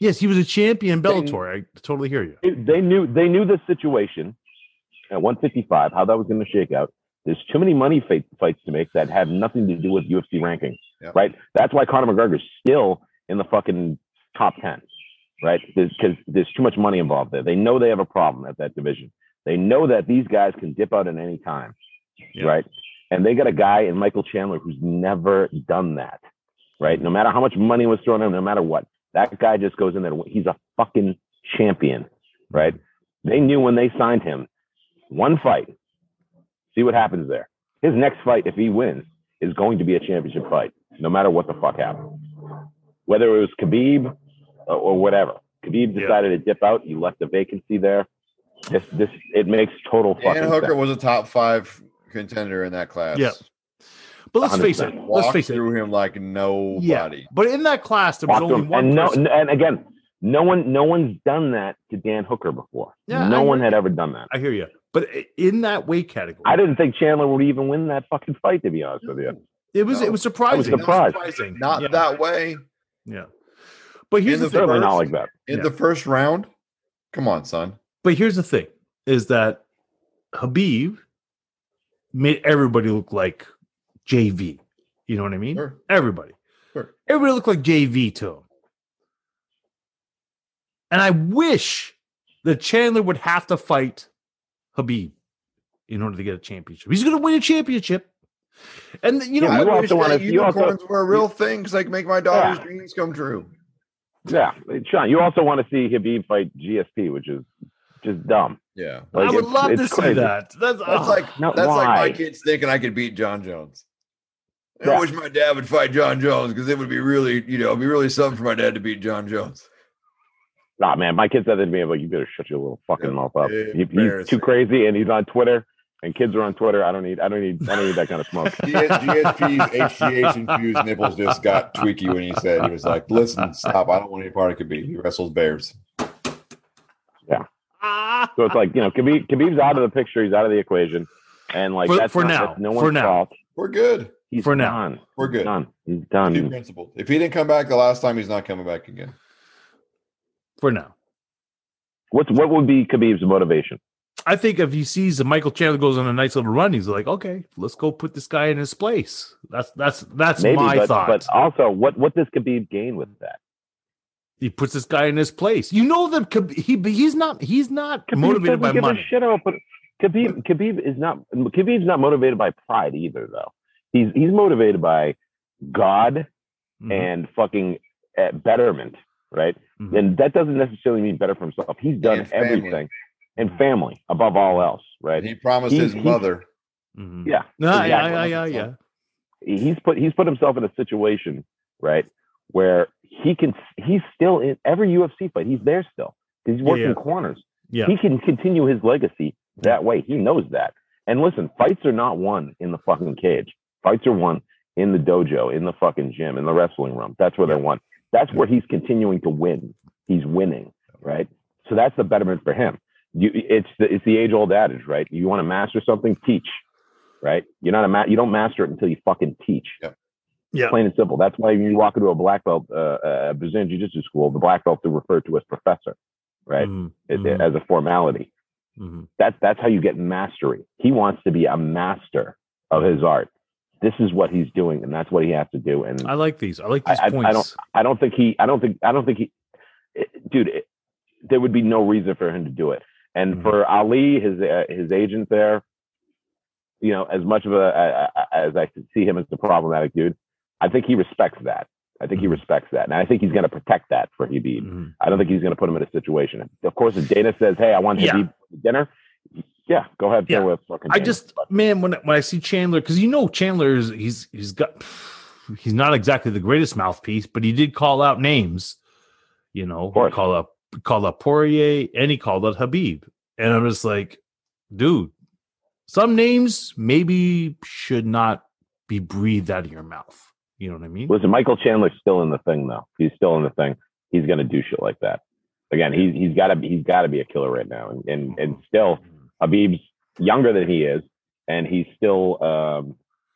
C: Yes, he was a champion in
B: Then-
C: Bellator. I totally hear you.
D: It- they knew they knew this situation at 155 how that was going to shake out there's too many money fight, fights to make that have nothing to do with UFC rankings,
B: Yeah.
D: right? That's why Conor McGregor's still in the fucking top 10, right? Because there's, too much money involved there. They know they have a problem at that division. They know that these guys can dip out at any time,
C: Yeah.
D: right? And they got a guy in Michael Chandler who's never done that, right? No matter how much money was thrown at him, no matter what, that guy just goes in there. He's a fucking champion, right? They knew when they signed him, one fight, see what happens there. His next fight, if he wins, is going to be a championship fight, no matter what the fuck happens. Whether it was Khabib or, or whatever, Khabib
C: Yeah.
D: decided to dip out. You left a vacancy there. This, this, it makes total fucking
B: Dan Hooker
D: sense.
B: was a top five contender in that class.
C: Yeah. But let's face it.
D: 100%.
B: Walked
C: Let's face it.
B: through him like nobody.
C: But in that class, there was
D: Walked
C: only
D: him.
C: one
D: And no,
C: person.
D: and again, no one, no one's done that to Dan Hooker before.
C: Yeah,
D: no
C: I
D: one
C: heard
D: had ever done that.
C: I hear you. But i- in that weight category,
D: I didn't think Chandler would even win that fucking fight, to be honest with you.
C: it was
B: No.
C: it was surprising.
D: surprised.
C: surprising.
B: Not
C: yeah.
B: that way.
C: Yeah. But here's
B: In
C: the,
B: the
C: thing.
D: Certainly not
B: first-
D: like that.
B: In
C: Yeah.
B: the first round, come on, son.
C: But here's the thing: is that Habib made everybody look like JV. You know what I mean?
B: Sure.
C: Everybody.
B: Sure.
C: Everybody looked like JV to him. And I wish that Chandler would have to fight Habib in order to get a championship. He's going to win a championship. And you know,
D: Yeah,
B: I
D: you also
B: wish that
D: wanna- you also-
B: unicorns were a real thing because I can make my daughter's
D: Yeah.
B: dreams come true.
D: Yeah, Sean, you also want to see Habib fight GSP, which is just dumb.
B: Yeah.
D: Like,
C: I would
D: it's-
C: love
D: it's
C: to see
D: crazy.
C: that. That's, ah.
B: That's
C: ugh.
B: like
D: no,
B: that's
D: why?
B: like my kids thinking I could beat John Jones. I
D: Yeah.
B: wish my dad would fight John Jones because it would be really, you know, it'd be really something for my dad to beat John Jones.
D: Nah, man, my kids said to me, "Like, you better shut your little fucking
B: Yeah,
D: mouth up. He, he's
B: embarrassing.
D: too crazy, and he's on Twitter, and kids are on Twitter. I don't need, I don't need, I don't need that kind of smoke."
B: GS, GSP's HGH infused nipples just got tweaky when he said he was like, "Listen, stop! I don't want any part of Khabib. He wrestles bears."
C: Ah.
D: so it's like, you know, Khabib, Khabib's out of the picture. He's out of the equation, and like
C: For-
D: that's
C: for
D: not,
C: now,
D: that's no
C: for
D: one's
C: now.
D: fault.
B: We're good.
D: He's
C: For now.
D: done.
B: We're good.
D: Done. He's
B: Two
D: done.
B: principles. If he didn't come back the last time, he's not coming back again.
C: For now,
D: What's what would be Khabib's motivation?
C: I think if he sees that Michael Chandler goes on a nice little run, he's like, okay, let's go put this guy in his place. That's that's that's
D: Maybe,
C: my
D: but,
C: thought.
D: but also, what what does Khabib gain with that?
C: he puts this guy in his place. You know that Khab- he but he's not he's not
D: Khabib
C: motivated by
D: doesn't give
C: money.
D: A shit about, but Khabib, Khabib is not Khabib's not motivated by pride either, though. He's he's motivated by God
C: Mhm,
D: and fucking uh, betterment, right?
C: mhm.
D: And that doesn't necessarily mean better for himself. He's done
B: And family.
D: everything and family above all else, right?
B: And he promised
D: He-
B: his
D: he-
B: mother.
C: Mhm.
D: yeah,
C: Ah, yeah,
D: exactly.
C: yeah, yeah, yeah.
D: he's put he's put himself in a situation right where he can he's still in every UFC fight. He's there still. He's working
C: yeah.
D: corners.
C: Yeah.
D: he can continue his legacy that way. He knows that. And listen, fights are not won in the fucking cage. Fights are won in the dojo, in the fucking gym, in the wrestling room. That's where they're won. That's where he's continuing to win. He's winning, right? So that's the betterment for him. You, it's the, it's the age old adage, right? You want to master something, teach, right? You're not a ma- you don't master it until you fucking teach.
C: Yeah.
D: Plain and simple. That's why when you walk into a black belt, uh, uh, Brazilian Jiu Jitsu school, the black belts are referred to as professor, right?
C: Mhm,
D: It-
C: mhm,
D: as a formality
C: mhm.
D: that's that's how you get mastery. He wants to be a master of his art. This is what he's doing, and that's what he has to do. And
C: I like these. I like
D: I-
C: these
D: I- I
C: points.
D: don't- I don't think he, I don't think, I don't think he, it- dude, it, there would be no reason for him to do it. And
C: Mhm.
D: for Ali, his uh, his agent there, you know, as much of a as I could see him as a problematic dude, I think he respects that. I think he respects that, and I think he's going to protect that for Habib.
C: Mhm.
D: I don't think he's going to put him in a situation. Of course, if Dana says, "Hey, I want
C: Yeah.
D: Habib for dinner," yeah, go ahead.
C: Yeah.
D: Deal with fucking
C: I
D: Dana.
C: just man when when I see Chandler because you know Chandler is he's he's got he's not exactly the greatest mouthpiece, but he did call out names. You know, he
D: course.
C: called up called up Poirier and he called out Habib, and I'm just like, dude, some names maybe should not be breathed out of your mouth. You know what I mean?
D: Listen, Michael Chandler's still in the thing though. He's still in the thing. He's gonna do shit like that. Again, he's he's gotta be he's gotta be a killer right now. And and, and still Habib's younger than he is, and he's still um,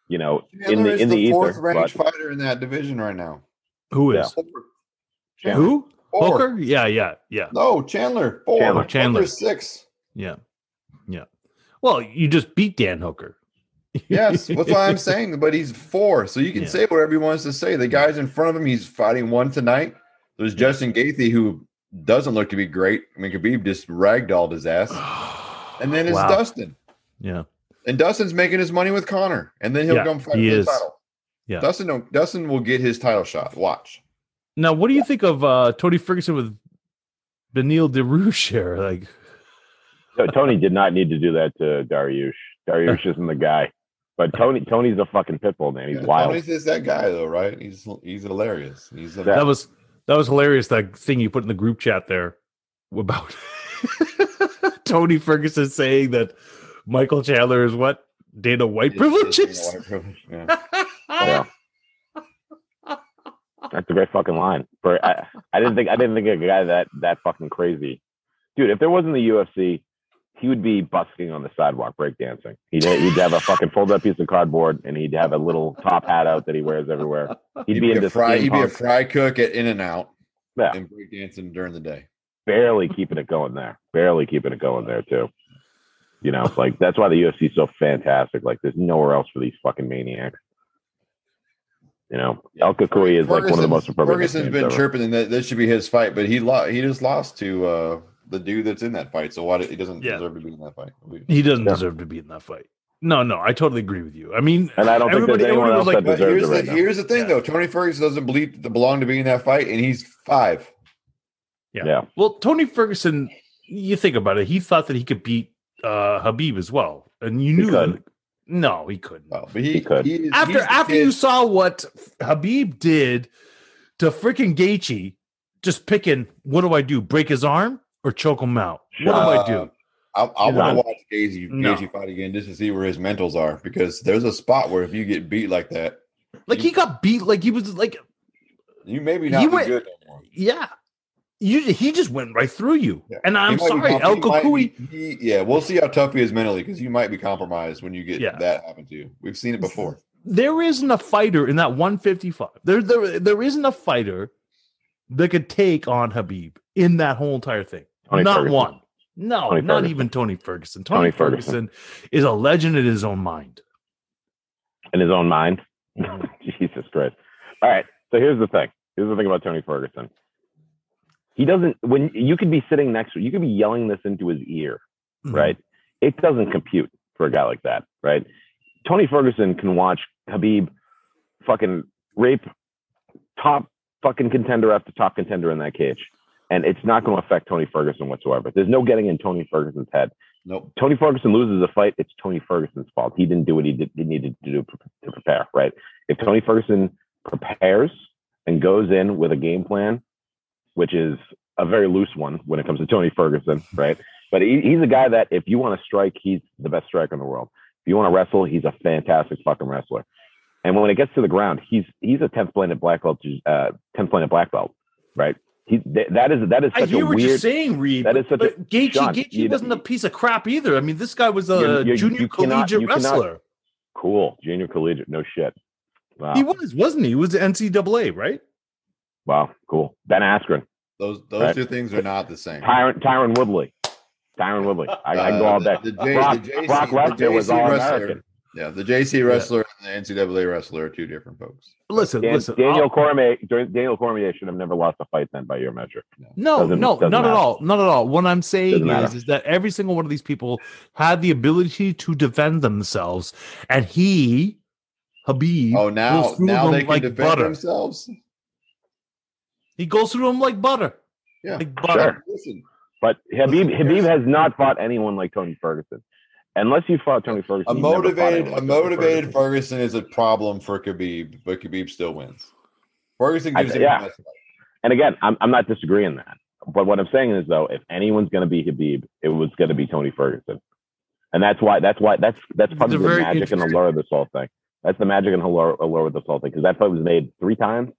D: you know, in the in the,
B: fourth
D: ether.
B: ranked
D: but-
B: fighter in that division right now.
C: Who is
D: Chandler.
C: who?
B: Four.
C: Hooker? Yeah, yeah, yeah,
B: No, Chandler. Four.
D: Chandler.
B: Hooker's
C: Chandler.
B: Six.
C: yeah, yeah. Well, you just beat Dan Hooker.
B: Yes, that's what I'm saying. But he's four, so you can
C: Yeah.
B: say whatever he wants to say. The guy's in front of him. He's fighting one tonight. There's Justin Gaethje, who doesn't look to be great. I mean, Khabib just ragdolled his ass, and then it's
C: Wow.
B: Dustin.
C: Yeah.
B: And Dustin's making his money with Connor, and then he'll
C: Yeah,
B: come fight
C: he
B: for the
C: is.
B: title.
C: Yeah.
B: Dustin, don't, Dustin will get his title shot. Watch.
C: Now, what do you think of uh, Tony Ferguson with Benil DeRouche here? Like,
D: So Tony did not need to do that to Dariush. Dariush isn't the guy. But Tony Tony's a fucking pitbull, man. He's
B: Yeah,
D: wild.
B: Tony's just that guy though, right? He's he's hilarious. He's a,
D: That-
C: that was that was hilarious. That thing you put in the group chat there about Tony Ferguson saying that Michael Chandler is what Dana White
B: he's- he's a
C: privileges.
B: white privilege. Yeah.
D: Yeah. That's a great fucking line. For I, I didn't think I didn't think a guy that that fucking crazy, dude. If there wasn't the UFC, he would be busking on the sidewalk breakdancing. He'd he'd have a fucking folded up piece of cardboard and he'd have a little top hat out that he wears everywhere. He'd,
B: He'd
D: be,
B: be
D: in
B: a
D: this
B: fry.
D: steampunk,
B: He'd be a fry cook at In and Out.
D: Yeah.
B: And breakdancing during the day.
D: barely keeping it going there, barely keeping it going there too. You know, like that's why the UFC is so fantastic. Like there's nowhere else for these fucking maniacs. You know, El Kakui is like one of the most appropriate.
B: Ferguson's
D: nicknames
B: been
D: ever.
B: chirping and that this should be his fight, but he lost. He just lost to uh, the dude that's in that fight. So why do- he doesn't
C: Yeah.
B: deserve to be in that fight?
C: He doesn't
D: Yeah.
C: deserve to be in that fight. No, no, I totally agree with you. I mean,
D: And I don't think there's
C: everybody-
D: anyone
C: everyone
D: else
C: was like,
D: that
B: But
D: deserves
B: here's
D: it right
B: the
D: now.
B: here's the thing
C: Yeah.
B: though. Tony Ferguson doesn't believe belong to be in that fight, and he's five.
D: yeah.
C: Well, Tony Ferguson, you think about it, he thought that he could beat uh Habib as well. And you
D: He
C: knew that.
D: could.
C: No, he couldn't.
B: Oh, but he,
D: He could.
B: is-
C: after
B: he's the
C: after
B: kid-
C: you saw what Habib did to freaking Gaethje, just picking, what do I do? Break his arm or choke him out? What do I do?
B: Uh, I, I
D: He's on.
B: want to watch Gaethje,
C: No.
B: Gaethje fight again just to see where his mentals are because there's a spot where if you get beat like that,
C: Like he got beat. Like he was like,
B: you maybe
C: He
B: not be
C: went-
B: good no more.
C: yeah, you. He just went right through you.
B: Yeah.
C: And
B: He
C: I'm
B: might be
C: sorry,
B: comp-
C: El
B: he might
C: Kakui.
B: be- he- yeah, we'll see how tough he is mentally because you might be compromised when you get
C: Yeah.
B: that happen to you. We've seen it before.
C: there isn't a fighter in that 155. There, there, there isn't a fighter that could take on Habib in that whole entire thing.
D: Tony
C: not
D: Ferguson.
C: one. No,
D: Tony
C: not
D: Ferguson.
C: even Tony Ferguson. Tony,
D: Tony
C: Ferguson.
D: Ferguson.
C: is a legend in his own mind.
D: in his own mind.
C: Mhm.
D: Jesus Christ. All right. So here's the thing. Here's the thing about Tony Ferguson. He doesn't when you could be sitting next to you could be yelling this into his ear,
C: Mm-hmm.
D: right? It doesn't compute for a guy like that, right? Tony Ferguson can watch Habib fucking rape top fucking contender after top contender in that cage. And it's not going to affect Tony Ferguson whatsoever. There's no getting in Tony Ferguson's head.
B: Nope.
D: Tony Ferguson loses a fight, it's Tony Ferguson's fault. He didn't do what he, did, he needed to do to prepare, right? If Tony Ferguson prepares and goes in with a game plan, which is a very loose one when it comes to Tony Ferguson, right? But he, he's a guy that if you want to strike, he's the best striker in the world. If you want to wrestle, he's a fantastic fucking wrestler. And when it gets to the ground, he's he's a tenth planet black belt, uh, tenth planet black belt, right? He, th- that is that is
C: I
D: such a
C: hear what you're
D: weird.
C: saying, Reed.
D: that is such a-
C: but Gaethje,
D: Sean,
C: Gaethje
D: you-
C: wasn't a piece of crap either. I mean, this guy was a
D: You- you-
C: junior
D: you cannot-
C: collegiate
D: you cannot-
C: wrestler.
D: Cool, junior collegiate, no shit. Wow.
C: He was, wasn't he? He was NCAA, right?
D: Wow, cool. Ben Askren,
B: Those those
D: Right.
B: two things are not the same.
D: Tyron, Tyron Woodley, Tyron Woodley. I, I can go
B: Uh,
D: all day.
B: The, the J,
D: Brock-
B: the JC,
D: Brock
B: the
D: Lesnar was
B: JC
D: all
B: wrestler,
D: American.
B: Yeah, the JC wrestler and the NCAA wrestler are two different folks.
C: Listen,
D: Dan-
C: listen.
D: Daniel
C: I'll-
D: Cormier, Daniel Cormier should have never lost a fight then, by your measure.
C: No,
D: Doesn't-
C: no, not
D: doesn't matter.
C: at all. Not at all. What I'm saying
D: Doesn't
C: is,
D: matter.
C: is that every single one of these people had the ability to defend themselves, and he, Habib,
B: Oh, now
C: goes through
B: now
C: them
B: they can
C: like
B: defend
C: butter.
B: themselves.
C: He goes through them like butter.
B: Yeah.
C: like butter.
B: Listen,
D: But Habib,
B: Listen,
D: Habib
B: there's-
D: has not fought anyone like Tony Ferguson. Unless you fought Tony Ferguson,
B: a
D: you've never fought
B: motivated a
D: anyone like Tony
B: motivated
D: Ferguson.
B: Ferguson is a problem for Khabib, but Khabib still wins. Ferguson
D: I-
B: gives him
D: yeah.
B: the best fight.
D: And again, I'm, I'm not disagreeing that. But what I'm saying is, though, if anyone's going to be Habib, it was going to be Tony Ferguson, and that's why that's why that's that's
C: It's
D: part
C: a
D: of the
C: very
D: magic and allure of this whole thing. That's the magic and allure, allure with this whole thing because that fight was made three times,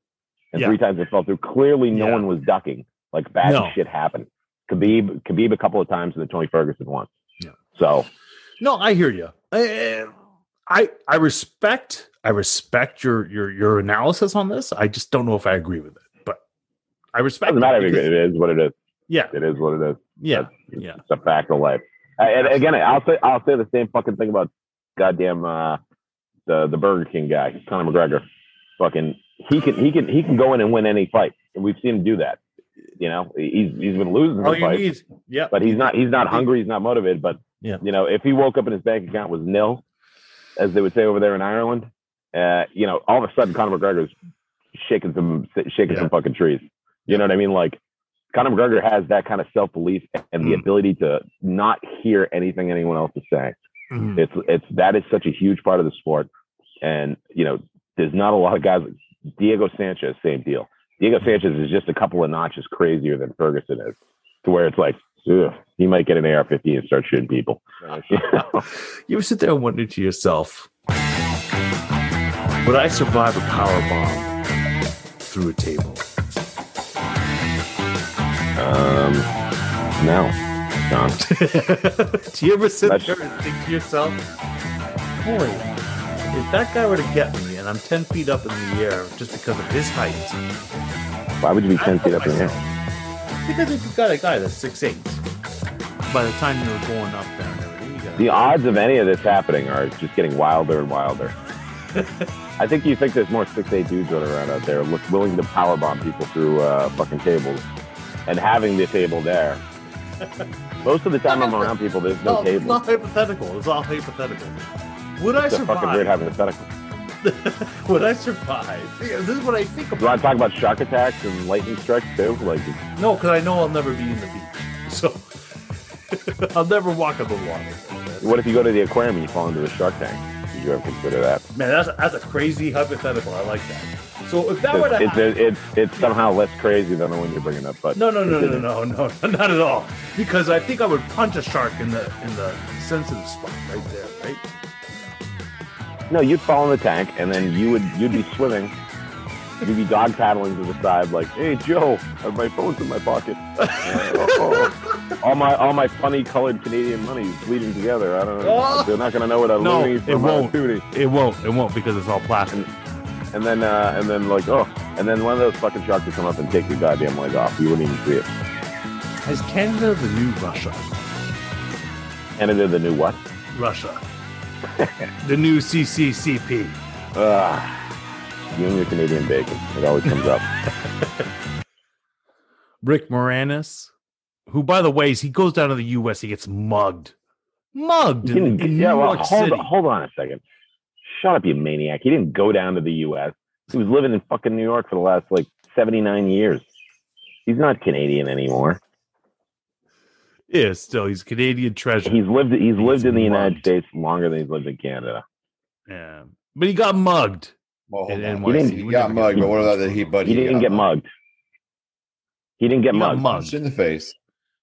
D: and
C: Yeah.
D: three times it fell through. Clearly, no
C: Yeah.
D: one was ducking. Like bad
C: No.
D: shit happened. Khabib, Khabib, a couple of times, and then Tony Ferguson once.
C: Yeah.
D: So
C: No, I hear you. I, I I respect I respect your your your analysis on this. I just don't know if I agree with it, but I respect.
D: doesn't matter.
C: it
D: It
C: because-
D: is what it is.
C: Yeah,
D: It is what it is.
C: yeah,
D: It's,
C: Yeah.
D: it's a fact of life. Uh, And again, I'll say I'll say the same fucking thing about goddamn uh, the the Burger King guy, Conor McGregor. Fucking he can he can he can go in and win any fight, and we've seen him do that. You know, he's he's been losing
C: All
D: some
C: you
D: fights,
C: need, yeah,
D: but he's not he's not hungry, he's not motivated. But
C: Yeah.
D: you know, if he woke up and his bank account was nil, as they would say over there in Ireland, uh, you know, all of a sudden Conor McGregor's shaking some shaking
B: Yeah.
D: some fucking trees. You know what I mean? Like Conor McGregor has that kind of self belief and the
C: Mm.
D: ability to not hear anything anyone else is saying.
C: Mhm.
D: It's it's that is such a huge part of the sport, and you know there's not a lot of guys. like Diego Sanchez, same deal. Diego Sanchez is just a couple of notches crazier than Ferguson is, to where it's like ugh, he might get an AR-15 and start shooting people. You know?
C: You ever sit there and wonder to yourself, would I survive a power bomb through a table?
D: um, no, John.
C: Do you ever sit
D: That's-
C: there and think to yourself, boy, if that guy were to get me and I'm 10 feet up in the air just because of his height,
D: Why would you be
C: I'd
D: ten feet
C: hurt
D: up in the air?
C: myself. Because if you've got a guy that's 6'8, by the time you're going up there and everything, you got
D: The odds of any of this happening are just getting wilder and wilder. I think you think there's more six eight dudes running around out there, look, willing to powerbomb people through uh, fucking tables, and having the table there. Most of the time I'm around people, there's no,
C: no, it's
D: table.
C: not hypothetical. It's all hypothetical. Would I
D: It's a fucking weird
C: survive?
D: hypothetical.
C: Would I survive? Yeah, This is what I think
D: You want
C: about.
D: to talk about shock attacks and lightning strikes too? Like,
C: No, because I know I'll never be in the beach. So I'll never walk on the water.
D: what if you go to the aquarium and you fall into the shark tank? Did you ever consider that?
C: Man, that's, that's a crazy hypothetical. I like that. So if that were to
D: It's,
C: happen.
D: it's, it's, it's somehow less crazy than the one you're bringing up, but
C: No, no, no, no, no, no, no, not at all. Because I think I would punch a shark in the in the sensitive spot right there, right?
D: No, you'd fall in the tank, and then you would you'd be swimming. You'd be dog paddling to the side, like, "Hey, Joe, uh, my phone's in my pocket. Uh, oh, all my all my funny colored Canadian money's bleeding together. I don't know.
C: Oh.
D: They're not gonna know what I'm
C: No,
D: doing
C: it
D: from my
C: won't.
D: activity."
C: It won't. It won't because it's all plastic.
D: And then uh, and then like, oh, and then one of those fucking sharks would come up and take your goddamn leg off. You wouldn't even see it.
C: Is Canada the new Russia?
D: Canada, the new what?
C: Russia. the new CCCP.
D: Ah, you and your Canadian bacon. It always comes up.
C: Rick Moranis, who, by the way, is- he goes down to the U.S. He gets mugged, mugged
D: He
C: in,
D: didn't-
C: in
D: yeah,
C: New
D: well,
C: York
D: hold,
C: City.
D: hold on a second. Shut up, you maniac. He didn't go down to the U.S. He was living in fucking New York for the last like 79 years. He's not Canadian anymore.
C: Yeah, still, he's a Canadian treasure.
D: He's lived he's lived in the United
C: mugged.
D: States longer than he's lived in Canada.
C: yeah, but he got mugged.
B: Well, hold
C: And-
B: on.
C: and
B: he,
C: why-
B: didn't-
C: he
B: he
C: would
B: got
C: never
B: mugged,
C: get
B: but what
C: mugged.
B: about that he? uh, But
D: He, didn't
B: got
D: get mugged. He didn't get
C: He got
D: mugged.
C: mugged.
B: Punched in the face.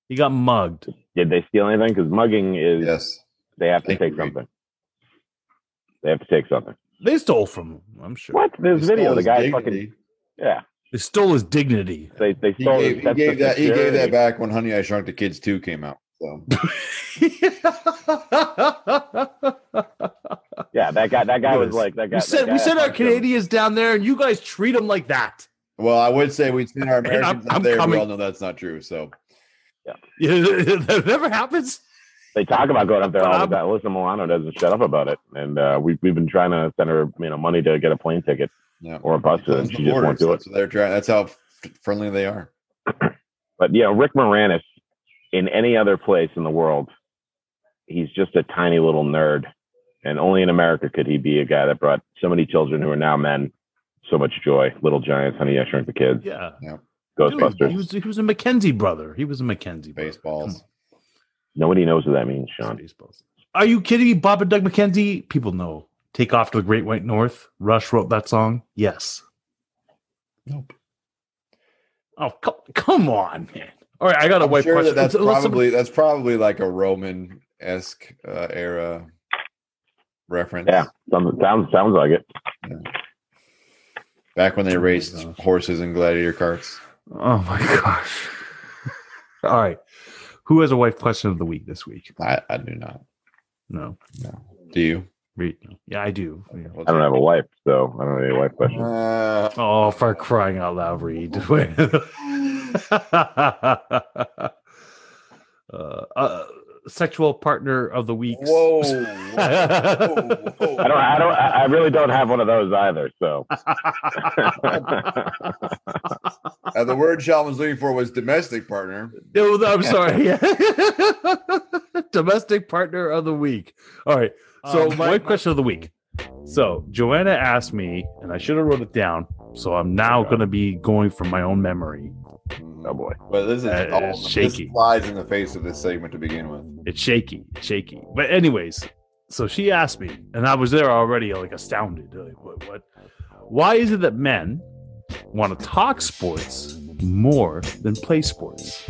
C: He got mugged.
D: Did they steal anything? Because mugging is
B: Yes.
D: they have to
B: Thank you,
D: take
B: Reed.
D: something. They have to take something.
C: They stole from him. I'm sure.
D: What? There's
B: He
D: video.
B: stole
D: The
B: his
D: guy
B: dignity.
D: fucking yeah.
C: They stole his dignity.
D: They they
B: He
D: stole.
B: gave,
D: his
B: he
D: sense
B: gave
D: of
B: that he gave
D: security.
B: that back when Honey I Shrunk the Kids 2 came out. So
D: Yeah, that guy. That guy
C: Look at
D: was
C: this.
D: like that guy.
C: we
D: that
C: sent we
D: guy
C: sent our
D: punched him.
C: Canadians down there, and you guys treat them like that.
B: well, I would say we'd seen our
C: I'm-
B: Americans out
C: I'm
B: there. We
C: coming.
B: all know that's not true. So
C: that never happens.
D: They talk about going up there all the time. Alyssa Milano doesn't shut up about it, and uh, we've we've been trying to send her you know money to get a plane ticket
B: Yeah.
D: or a bus, and
B: Close
D: she
B: the
D: just
B: borders.
D: won't do it.
B: That's what they're trying. That's how f- friendly they are.
D: But yeah, Rick Moranis in any other place in the world, he's just a tiny little nerd. And only in America could he be a guy that brought so many children who are now men so much joy. Little Giants, Honey, I Shrunk the Kids,
C: Yeah. Dude,
D: Ghostbusters.
C: he was he was a McKenzie brother. He was a McKenzie brother.
B: Baseballs.
D: Nobody knows what that means,
C: Come on.
D: Sean.
C: Baseballs. Are you kidding me? Bob and Doug McKenzie? People know. Take off to the Great White North. Rush wrote that song. Yes.
B: Nope.
C: Oh, come, come on, man. All right, I got a
B: I'm
C: white
B: sure that
C: question.
B: that's
C: Unless
B: probably
C: somebody-
B: that's probably like a Roman esque uh, era reference.
D: Yeah, sounds, sounds, sounds like it.
B: Back when they raced
C: gosh.
B: horses and gladiator carts.
C: Oh my gosh. All right. Who has a wife question of the week this week?
B: I, I do not.
C: No.
B: Do you?
C: Read. no. Yeah, I do. Yeah.
D: I don't have a wife, so I don't have any wife questions.
B: Uh,
C: Oh, for crying out loud, Reed. uh, uh, sexual partner of the week.
B: whoa, whoa, whoa.
D: I don't, I don't, I I really don't have one of those either. So
B: Uh, the word Sean was looking for was domestic partner.
C: No, I'm sorry. Domestic partner of the week. All right. So
B: Um,
C: my
B: what-
C: question of the week. So Joanna asked me, and I should have wrote it down. So I'm now going to be going from my own memory.
D: oh boy,
B: But this is
C: That
B: all
C: is shaky.
B: This flies in the face of this segment to begin with.
C: It's shaky, it's shaky. But anyways, so she asked me, and I was there already, like astounded. Like, what? What? Why is it that men want to talk sports more than play sports?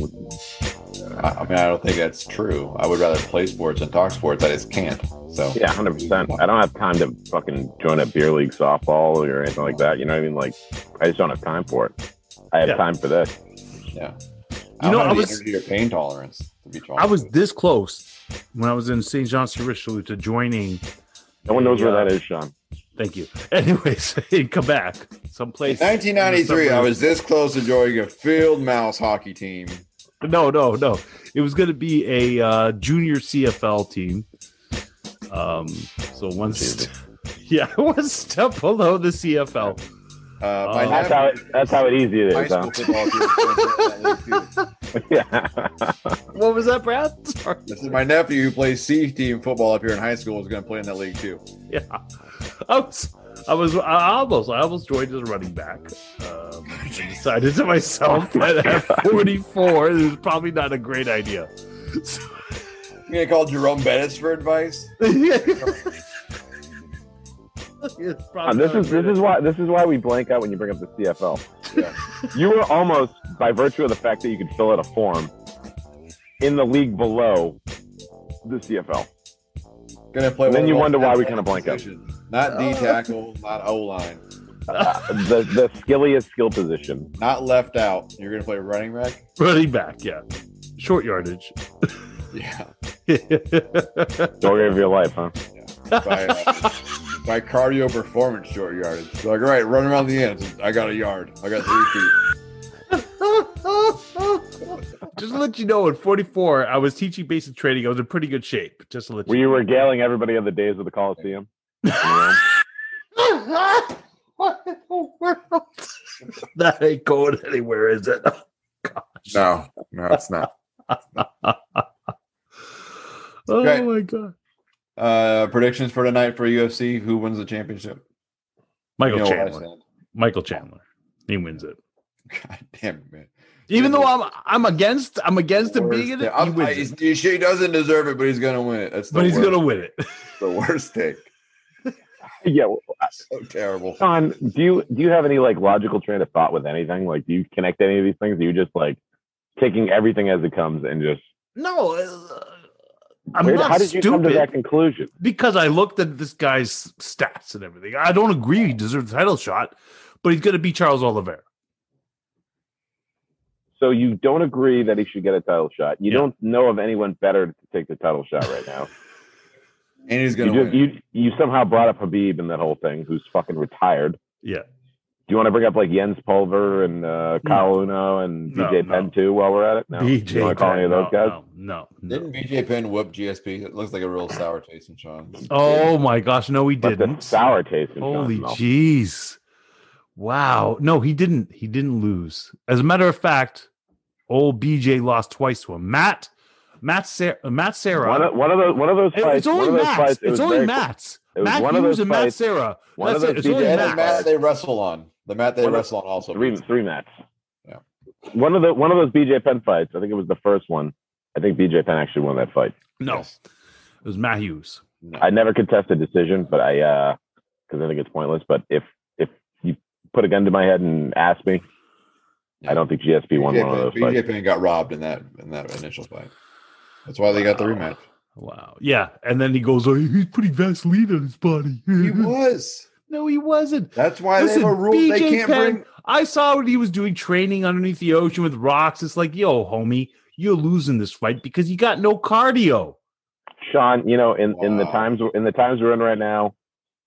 B: I, I mean, I don't think that's true. I would rather play sports than talk sports. I just can't. So
D: yeah, hundred percent. I don't have time to fucking join a beer league softball or anything like that. You know what I mean? Like, I just don't have time for it. I have
C: Yeah.
D: time for this.
B: I
C: You know,
B: don't
C: I
B: have the
C: was-
B: energy or pain tolerance to be
C: I was
B: honest.
C: this close when I was in St. John's to Richelieu to joining.
D: No one knows
C: Yeah.
D: where that is, Sean.
C: Thank you. Anyways, in Quebec,
B: In
C: someplace.
B: 1993, I was this close to joining a field mouse hockey team.
C: No, no, no. It was going to be a uh, junior CFL team. Um, so one, st- yeah, one step below the CFL.
B: Uh,
C: Oh.
B: my
D: That's how it, that's how it easy it
B: high
D: is.
B: school
D: Huh?
B: football team was in that league, too.
D: yeah.
C: What was that, Brad? Sorry.
B: This is my nephew who plays C team football up here in high school is going to play in that league too.
C: Yeah, I was, I was, I almost, I almost joined as a running back. Um, I decided to myself
D: Oh
C: that at 44, this is probably not a great idea.
B: You going to call Jerome Bettis for advice?
C: It's
D: Uh,
C: probably
D: this
C: not a
D: is
C: great
D: this is
C: idea.
D: why this is why we blank out when you bring up the CFL.
B: Yeah.
D: you were almost by virtue of the fact that you could fill out a form in the league below the CFL.
B: Going to play. one
D: And then
B: of
D: you
B: those
D: wonder why we
B: NFL
D: kinda blank up.
B: positions. Not D tackle, not O line,
D: Uh, the the skilliest skill position.
B: not left out. You're going to play running back.
C: running back. Yeah, short yardage.
B: Yeah.
D: Story of your life, huh?
B: By, uh, by cardio performance short yardage. So like, all right, run around the ends. I got a yard. I got three feet.
C: just to let you know, at 44, I was teaching basic training. I was in pretty good shape. Just to let
D: Were
C: you
D: you regaling everybody of the days of the Coliseum? You know?
C: what in the world? that ain't going anywhere, is it?
B: No, no, it's not.
C: Oh
B: Okay.
C: my god.
B: Uh, predictions for tonight for UFC. Who wins the championship?
C: Michael
B: You know where I
C: Chandler. Michael Chandler. He wins it.
B: stand. God damn it, man.
C: Even
B: Yeah.
C: though I'm I'm against I'm against him
B: Worst
C: being in
B: day.
C: it, he
B: I'm- I-
C: wins
B: he's-
C: it.
B: he, he doesn't deserve it, but he's gonna win it. That's the
C: But he's
B: worst,
C: gonna win it.
B: the worst take.
D: yeah. well,
B: So terrible.
D: Sean, do you do you have any like logical train of thought with anything? Like, do you connect any of these things? Are you just like taking everything as it comes and just
C: No, uh, I'm
D: Where-
C: not
D: how did you
C: stupid
D: come to that conclusion?
C: because I looked at this guy's stats and everything. I don't agree he deserves a title shot, but he's gonna beat Charles Oliveira.
D: So you don't agree that he should get a title shot. You
C: Yeah.
D: don't know of anyone better to take the title shot right now.
B: And he's
D: you,
B: gonna
D: just,
B: win. it.
D: you you somehow brought up Habib in that whole thing, who's fucking retired.
C: Yeah.
D: Do you want to bring up like Jens Pulver and uh, Kyle Uno and
C: Mm. No,
D: BJ
C: no.
D: Penn too while we're at it? No.
C: BJ
D: you want to call any of those
C: Penn,
D: guys?
C: No, no, no.
B: Didn't BJ Penn whoop GSP? It looks like a real sour taste in Sean's.
C: Oh my gosh, no, he
D: But
C: didn't.
D: the sour taste. In
C: Holy
D: Sean's mouth.
C: jeez. Wow. No, he didn't. He didn't lose. As a matter of fact, old BJ lost twice to him. Matt, Matt, Sarah, Matt, Sarah.
D: One of, one of those, one of those
C: It-
D: fights.
C: it's only
D: one of those
C: Matt.
D: Fights, it
C: it's
D: was
C: only
D: very-
C: Matt.
D: It was
C: Matt
D: one of
C: Hughes
D: those
C: and Matt
D: fights.
C: Sarah.
D: one of
C: That's it.
D: those
C: It's only
D: BJ
B: And the
C: Matt.
B: mat they wrestle on. The mat they
D: What a-
B: wrestle on also.
D: three three mats.
B: Yeah.
D: One of the one of those BJ Penn fights. I think it was the first one. I think BJ Penn actually won that fight.
C: No,
B: Yes.
C: it was Matt Hughes.
B: No.
D: I never contest a decision, but I uh because I think it's pointless. But if if you put a gun to my head and ask me, I don't think GSP won one of those
B: BJ
D: fights.
B: Penn got robbed in that in that initial fight. That's why they got the rematch.
C: Wow. Yeah. And then he goes, oh, he's putting Vaseline on his body.
B: He was.
C: no, he wasn't.
B: That's why they have a
C: Mm-hmm. Listen,
B: rule they
C: BJ
B: can't
C: Penn-
B: bring.
C: I saw what he was doing training underneath the ocean with rocks. It's like, yo, homie, you're losing this fight because you got no cardio.
D: Sean, you know, in in the
B: Wow.
D: times in the times we're in right now,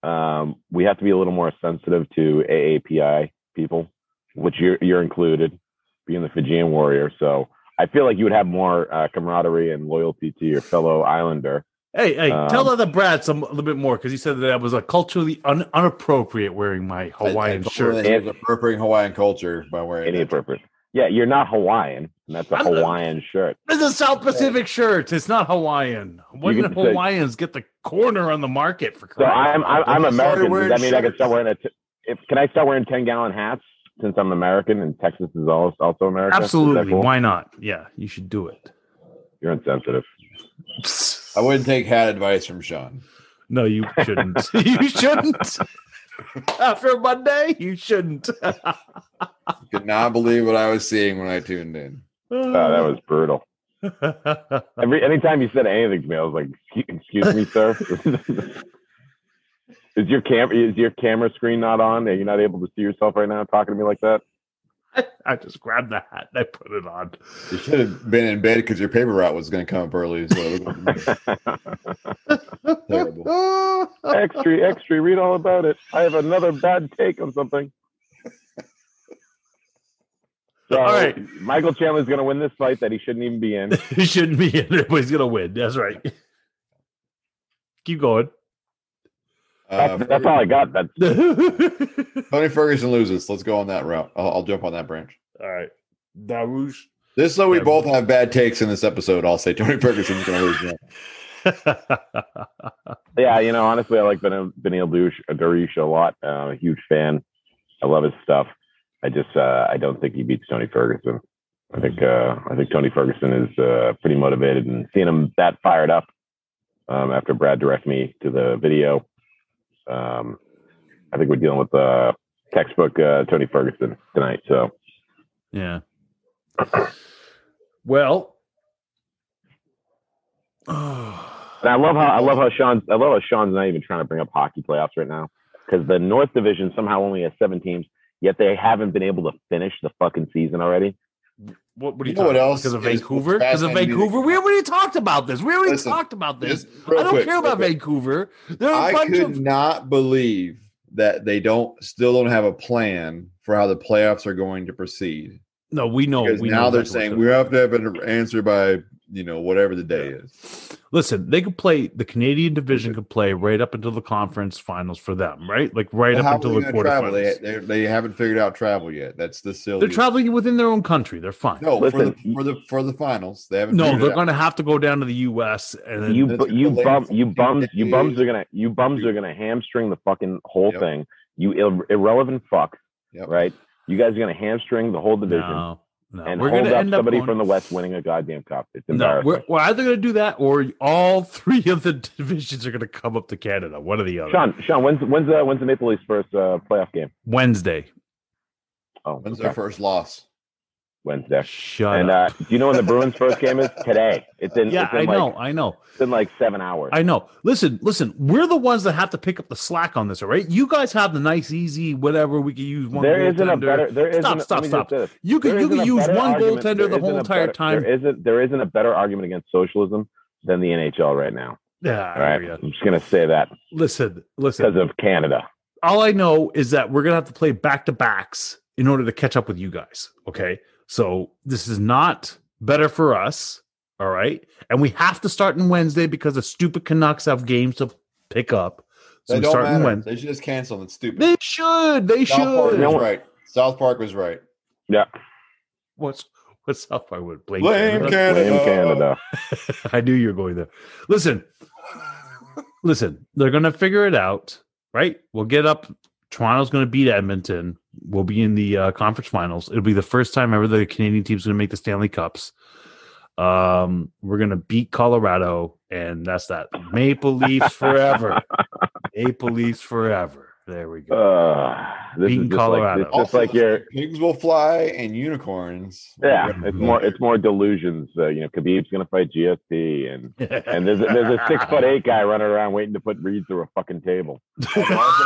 D: um, we have to be a little more sensitive to AAPI people, which you're you're included, being the Fijian warrior. So I feel like you would have more uh, camaraderie and loyalty to your fellow islander.
C: Hey, hey, tell
D: Um,
C: other Brad some a little bit more because he said that I was a culturally un- unappropriate wearing my Hawaiian
B: I, I
C: shirt.
B: It was appropriating Hawaiian culture by wearing
D: Any
B: that.
D: appropriate. Yeah, you're not Hawaiian, and that's a
C: I'm-
D: Hawaiian shirt.
C: It's a South Pacific shirt. It's not Hawaiian. When
D: You
C: the
D: can say-
C: Hawaiians get the corner on the market for
D: So
C: crying
D: I'm
C: out loud.
D: I'm, I'm
B: Like, I started
D: American. Does
B: wearing
D: that mean I can
B: shirts.
D: start wearing a? T- if can I start wearing ten gallon hats since I'm American and Texas is al- also America? Is that
C: absolutely.
D: cool?
C: Why not? Yeah, you should do it.
D: You're insensitive.
B: I wouldn't take hat advice from Sean.
C: No, you shouldn't. you shouldn't. After Monday, you shouldn't. oh,
B: Could not believe what I was seeing when I tuned in.
D: Oh, that was brutal.
C: was.
D: Every anytime you said anything to me, I was like, "Excu- "Excuse me, sir." Is your cam is your camera screen not on? Are you not able to see yourself right now talking to me like that?
C: I just grabbed the hat and I put it on.
B: You should have been in bed because your paper route was going to come up early. So it was terrible.
D: extra, extra, read all about it. I have another bad take on something. So,
C: All right.
D: Michael Chandler's going to win this fight that he shouldn't even be in.
C: it shouldn't be. Everybody's gonna win. That's right. Keep going.
B: Uh,
D: that's all I got. That's
C: All
B: Tony Ferguson loses. Let's go on that route. I'll, I'll jump on that branch.
C: right, Darush.
B: Just so we
C: Yeah.
B: both have bad takes in this episode, I'll say Tony Ferguson's going to lose. yeah.
D: yeah. You know, honestly, I like Ben- Benil Dush- Dariush a lot. Uh, I'm a huge fan. I love his stuff. I just uh, I don't think he beats Tony Ferguson. I think uh, I think Tony Ferguson is uh, pretty motivated, and seeing him that fired up um, after Brad directed me to the video, um, I think we're dealing with uh, textbook uh, Tony Ferguson tonight. So
C: yeah. Well.
D: And I love how I love how Sean's I love how Sean's not even trying to bring up hockey playoffs right now because the North Division somehow only has seven teams, yet they haven't been able to finish the fucking season already.
C: What, what are
B: You
C: you,
B: know what
C: talking about?
B: else
C: Because of
B: is
C: Vancouver? Because of
B: fascinating?
C: Vancouver? We already talked about this. We already
B: Listen,
C: talked about this.
B: Just
C: I
B: real
C: don't
B: quick,
C: care about
B: real quick.
C: Vancouver. There are a
B: I
C: bunch
B: could
C: of
B: not believe that they don't still don't have a plan for how the playoffs are going to proceed.
C: no. We know.
B: Because
C: Oh, We
B: now
C: know
B: they're
C: exactly
B: saying
C: what's
B: we have to have an answer by you know whatever the day is.
C: Listen, they could play the Canadian division could play right up until the conference finals for them, right? Like right
B: Well,
C: up
B: how
C: until
B: are
C: the
B: they going to travel? They,
C: quarterfinals.
B: they, they haven't figured out travel yet. That's the silly.
C: They're traveling within their own country. They're fine. No,
B: No, for the
D: Listen.
B: for the for the finals, they haven't. figured
C: they're
B: it out.
C: going to have to go down to the U.S. and then
D: You
B: That's
D: bu-
B: gonna
D: you
B: delay
D: bum
B: the
D: you
B: fucking
D: bums you bums
B: NBA.
D: are gonna you bums are gonna hamstring the fucking whole
B: Yep.
D: thing. You ir- irrelevant fuck,
B: Yep.
D: right? You guys are gonna hamstring the whole division
C: no, no,
D: and
C: we're
D: hold
C: going to
D: up
C: end up
D: somebody
C: going-
D: from the West winning a goddamn cup. It's
C: No,
D: embarrassing.
C: we're, we're either going to do that or all three of the divisions are going to come up to Canada. One or the other.
D: Sean, Sean, when's when's uh, when's the Maple Leafs first uh, playoff game?
C: Wednesday.
D: Oh,
B: When's
D: okay.
B: their first loss?
D: Wednesday.
C: Shut
D: And
C: up.
D: uh, do you know when the Bruins' first game is? Today. It's in.
C: yeah,
D: it's in
C: I
D: like,
C: know. I know.
D: It's in like seven hours.
C: I know. Listen, listen. We're the ones that have to pick up the slack on this, all right? You guys have the nice, easy, whatever we could use. One
D: there isn't a
C: goaltender.
D: better. There isn't.
C: Stop,
D: let
C: stop,
D: me just
C: stop.
D: say this.
C: You could
D: There
C: you
D: isn't
C: could
D: a
C: use
D: better
C: one
D: argument-
C: goaltender
D: there
C: the
D: isn't
C: whole
D: a
C: entire
D: better-
C: time.
D: There isn't. There isn't a better argument against socialism than the NHL right now.
C: yeah,
D: All right.
C: yeah.
D: I'm just gonna say that
C: Listen,
D: because
C: listen.
D: of Canada.
C: all I know is that we're gonna have to play back to backs in order to catch up with you guys. Okay. So this is not better for us. All right. And we have to start in Wednesday because the stupid Canucks have games to pick up. So
B: They
C: we
B: don't
C: start in
B: matter.
C: Wednesday.
B: They should just cancel. It's stupid.
C: They should. They
B: South Park was
C: should.
D: No.
B: right. South Park was right.
C: What's what's up? I would blame,
B: Blame
C: Canada.
B: Canada.
D: Blame Canada.
C: I knew you were going there. Listen, listen, they're gonna figure it out, right? We'll get up. Toronto's gonna beat Edmonton. We'll be in the uh, conference finals. It'll be the first time ever the Canadian team's gonna make the Stanley Cups. Um, we're gonna beat Colorado, and that's that. Maple Leafs forever. Maple Leafs forever. There we go.
D: Uh, this
C: Beating
D: is just like,
C: Colorado.
D: it's just
B: Also,
D: like your
B: pigs will fly and unicorns. will
D: yeah.
B: run.
D: It's more it's more delusions. Uh, you know, Khabib's gonna fight GSP, and and there's a, there's a six foot eight guy running around waiting to put Reed through a fucking table.
B: And also,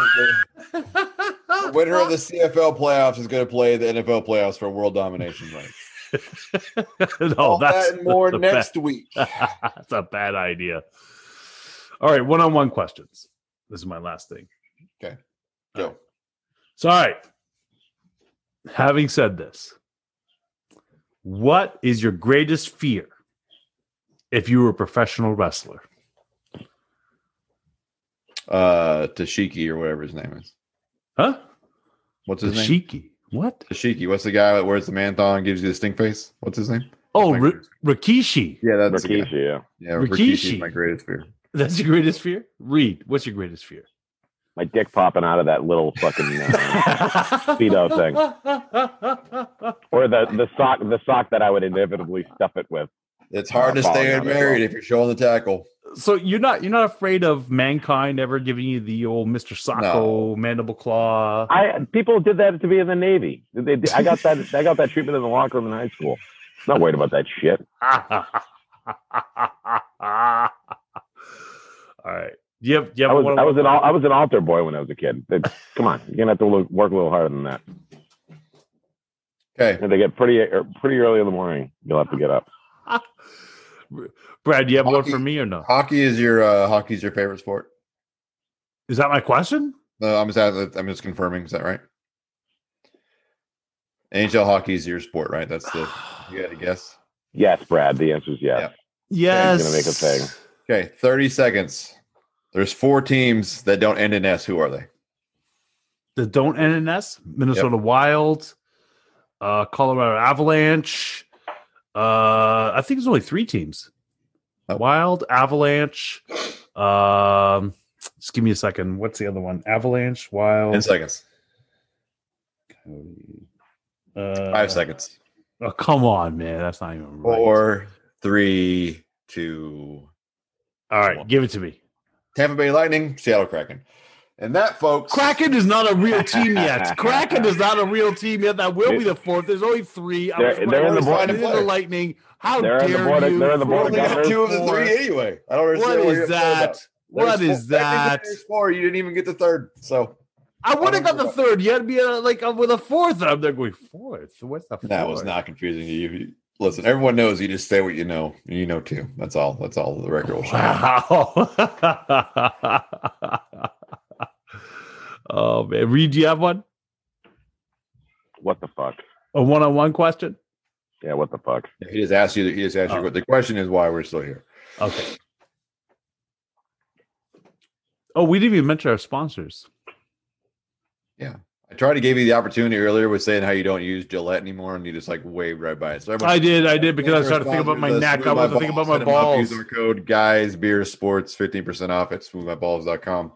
B: the- the winner of the CFL playoffs is going to play the NFL playoffs for world domination. Right?
C: no,
B: All
C: Oh, that's
B: that and more
C: the best.
B: next week.
C: That's a bad idea. All right, one-on-one questions. This is my last thing.
B: Go.
C: So, all right. Having said this, what is your greatest fear if you were a professional wrestler?
B: Uh, Tashiki or whatever his name is.
C: Huh?
B: What's his name?
C: Tashiki. What?
B: Tashiki. What's the guy that wears the man thong and gives you the stink face? What's his name?
C: Oh,
B: my
C: Ri
B: goodness.
C: Rikishi.
B: Yeah, that's the guy.
D: Rikishi, yeah.
B: Yeah, Rikishi
C: Rikishi.
B: is my greatest fear.
C: That's your greatest fear? Reed, what's your greatest fear?
D: My dick popping out of that little fucking uh,
C: Speedo thing.
D: or the the sock the sock that I would inevitably stuff it with.
B: It's hard to
D: Probably
B: stay
D: not as
B: unmarried
D: well.
B: if you're showing the tackle.
C: So you're not you're not afraid of mankind ever giving you the old Mr. Sacco mandible claw?
D: I people did that to be in the Navy. They, they- I got that I got that treatment in the locker room in high school. Not worried about that shit.
C: all right. Do you have do you
D: I
C: have
D: was
C: one
D: I was an al- I was an altar boy when I was a kid. They- come on, you're gonna have to lo- work a little harder than that.
B: Okay.
D: And they get pretty er, pretty early in the morning. You'll have to get up.
C: Brad, do you have one for
B: Hockey.
C: me or no?
B: Hockey is your uh, hockey's your favorite sport.
C: Is that my question?
B: No, I'm just I'm just confirming. Is that right? NHL hockey is your sport, right? That's the you had to guess.
D: Yes, Brad. The answer is yes.
C: yes.
D: gonna make a thing.
B: Okay, 30 seconds. There's four teams that don't end in S. Who are they?
C: The don't end in S, Minnesota Wild, uh, Colorado Avalanche. Uh, I think there's only three teams.
B: Oh.
C: Wild, Avalanche. Um, just give me a second. What's the other one? Avalanche, Wild.
B: 10 seconds.
C: Uh,
B: Five seconds.
C: Oh, come on, man. That's not even right.
B: Four, three, two.
C: All right, give it to me.
B: Tampa Bay Lightning, Seattle Kraken. And that, folks.
C: Kraken is not a real team yet. Kraken is not a real team yet. That will be the fourth. There's only three. I was
D: They're- they're in the
C: right.
B: board-
C: They're in the Lightning. How
D: They're in the
C: dare
D: board of-
C: you?
D: they're in the
B: We
D: board
B: only
D: of
B: got
D: governors.
B: two of the
C: Four.
B: three anyway. I don't
C: What
B: understand. why you're
C: is
B: upset about
C: that?
B: it. There's
C: What
B: four-
C: is
B: technically
C: that?
B: there's four. You didn't even get the third. So
C: I would have got the
B: Four.
C: third. You had to be uh, like uh, with a fourth. I'm there going fourth. What's the fourth?
B: that was not confusing to you. Listen, everyone knows you just say what you know. and You know too. That's all. That's all the record will show.
C: Wow. oh man, Reed, do you have one?
D: What the fuck?
C: A one-on-one question?
D: Yeah, what the fuck?
B: He just asked you. He just asked
C: Oh.
B: you. The question is why we're still here.
C: Okay. Oh, we didn't even mention our sponsors.
B: I tried to give you the opportunity earlier with saying how you don't use Gillette anymore, and you just like waved right by it. So everyone,
C: I did, I did, because I was trying to think about my
B: Sponsors, uh,
C: neck. I
B: Smooth
C: wasn't thinking about
B: Balls.
C: my
B: Hit 'em up.
C: balls.
B: Use our code guys beer sports fifteen percent off at smoothmyballs.com.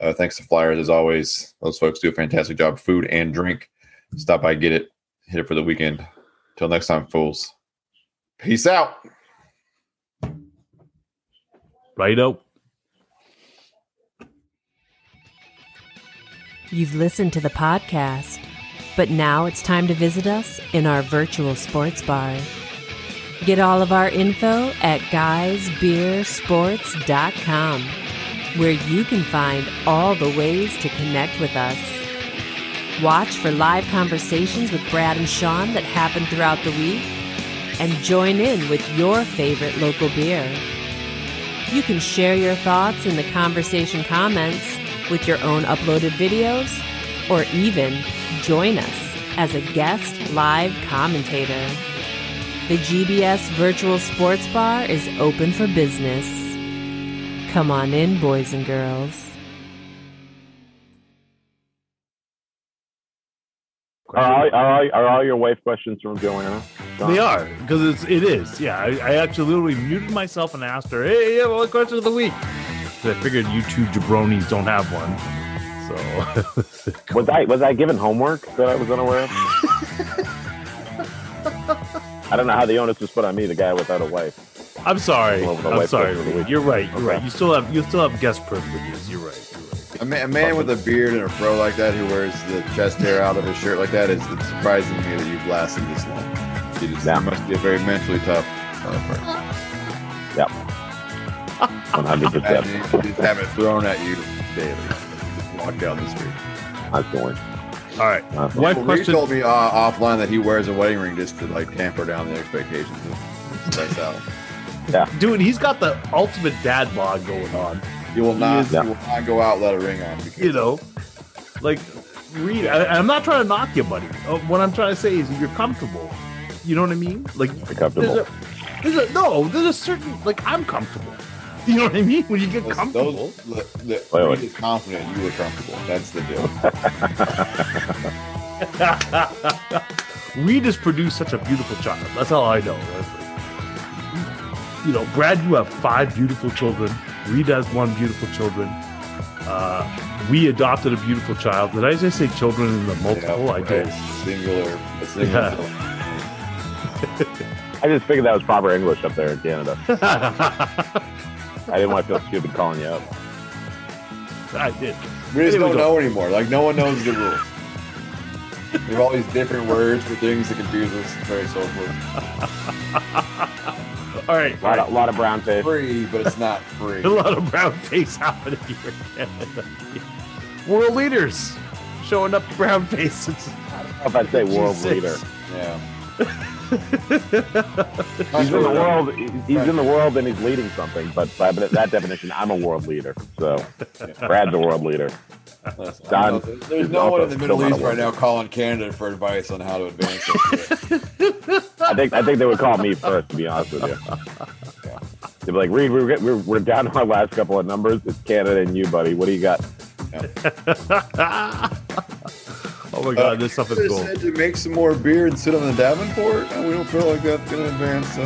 B: Uh, thanks to Flyers as always. Those folks do a fantastic job. Food and drink. Stop by, get it, hit it for the weekend. Till next time, fools. Peace out.
C: Right out.
A: You've listened to the podcast, but now it's time to visit us in our virtual sports bar. Get all of our info at guysbeersports.com, where you can find all the ways to connect with us. Watch for live conversations with Brad and Sean that happen throughout the week, and join in with your favorite local beer. You can share your thoughts in the conversation comments with your own uploaded videos, or even join us as a guest live commentator. The GBS Virtual Sports Bar is open for business. Come on in, boys and girls.
C: Uh,
D: Are all, are, all, are all your wife questions from Joanna?
C: They are because it's it is. Yeah, I, I actually literally muted myself and asked her, "Hey, yeah, what question of the week?" 'Cause I figured you two jabronis don't have one. So
D: Was I was I given homework that I was unaware of? I don't know how the onus was put on me, the guy without a wife.
C: I'm sorry.
D: Well, the
C: I'm
D: wife
C: sorry.
D: question of the week.
C: You're right. You're
D: Okay.
C: right. You still have you still have guest privileges. You're right. You're right.
B: A, ma- a man with a beard and a fro like that who wears the chest hair out of his shirt like that is it's surprising to me that you've lasted this long. You, just,
D: Yeah.
B: you must be a very mentally tough uh, motherfucker.
D: 100
B: Imagine
D: percent
B: you just have it thrown at you daily. Walk down the street.
D: constantly.
C: All right.
D: constantly.
B: Well,
C: Wife
B: Reed
C: question.
B: told me uh, offline that he wears a wedding ring just to like tamper down the expectations. That's out.
C: Dude, he's got the ultimate dad bod going on.
B: You will not.
D: Yeah.
B: You will not go out without a ring on. Because
C: You know, like read. I, I'm not trying to knock you, buddy. Uh, What I'm trying to say is you're comfortable. You know what I mean? Like
D: Be
C: there's
D: comfortable.
C: a, there's a no. There's a certain like I'm comfortable. You know what I mean? When you get
B: Those,
C: comfortable,
B: those, look, look,
D: Wait, wait.
B: Reed is confident you are comfortable. That's the deal.
C: Reed has produced such a beautiful child. That's all I know. That's like- you know, Brad, you have five beautiful children. Reed has one beautiful children. Uh, we adopted a beautiful child. Did I just say children in the multiple? Oh, I
B: right.
C: did.
B: Singular. A singular.
C: Yeah.
B: thought.
D: I just figured that was proper English up there in Canada. I didn't want to feel stupid calling you up.
C: I did.
B: We just
C: Here we
B: don't
C: go.
B: know anymore. Like no one knows the rules. There are all these different words for things that confuse us. It's very soulful.
C: All right.
D: A lot of, lot of brown face.
B: Free, but it's not free.
C: A lot of brown face happening here in Canada. World leaders showing up brown faces.
D: If I say world
C: G6.
D: leader,
B: Yeah.
D: he's in the world. He's in the world and he's leading something. But by that definition, I'm a world leader. So Brad's a world leader. Don
B: there's
D: is
B: no one in the
D: also
B: Middle
D: still
B: East
D: not a
B: right
D: world
B: now calling Canada for advice on how to advance. it.
D: I think I think they would call me first, to be honest with you. They'd be like, Reed, we're, we're, we're down to our last couple of numbers. It's Canada and you, buddy. What do you got?
C: oh my god, this stuff
D: Uh,
C: is
B: Uh, They
C: cool.
B: said to make some more beer and sit on the Davenport. No, we don't feel like that's going to advance. Um,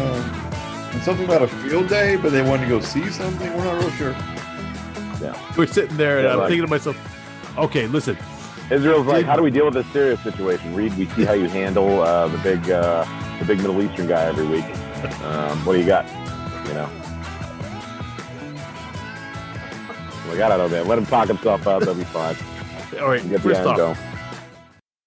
B: and something about a field day, but they wanted to go see something. We're not real sure.
C: We're sitting there, and
D: Yeah,
C: I'm
D: like-
C: thinking to myself, "Okay, listen,
D: Israel's like, how do we deal with this serious situation? Reed, we see how you handle uh, the big uh, the big Middle Eastern guy every week. Um, what do you got? You know. Oh my God, I don't know, man. Let him talk himself out. That'll be fine.
C: all right.
D: We'll Get the
C: First
D: iron
C: off,
D: going.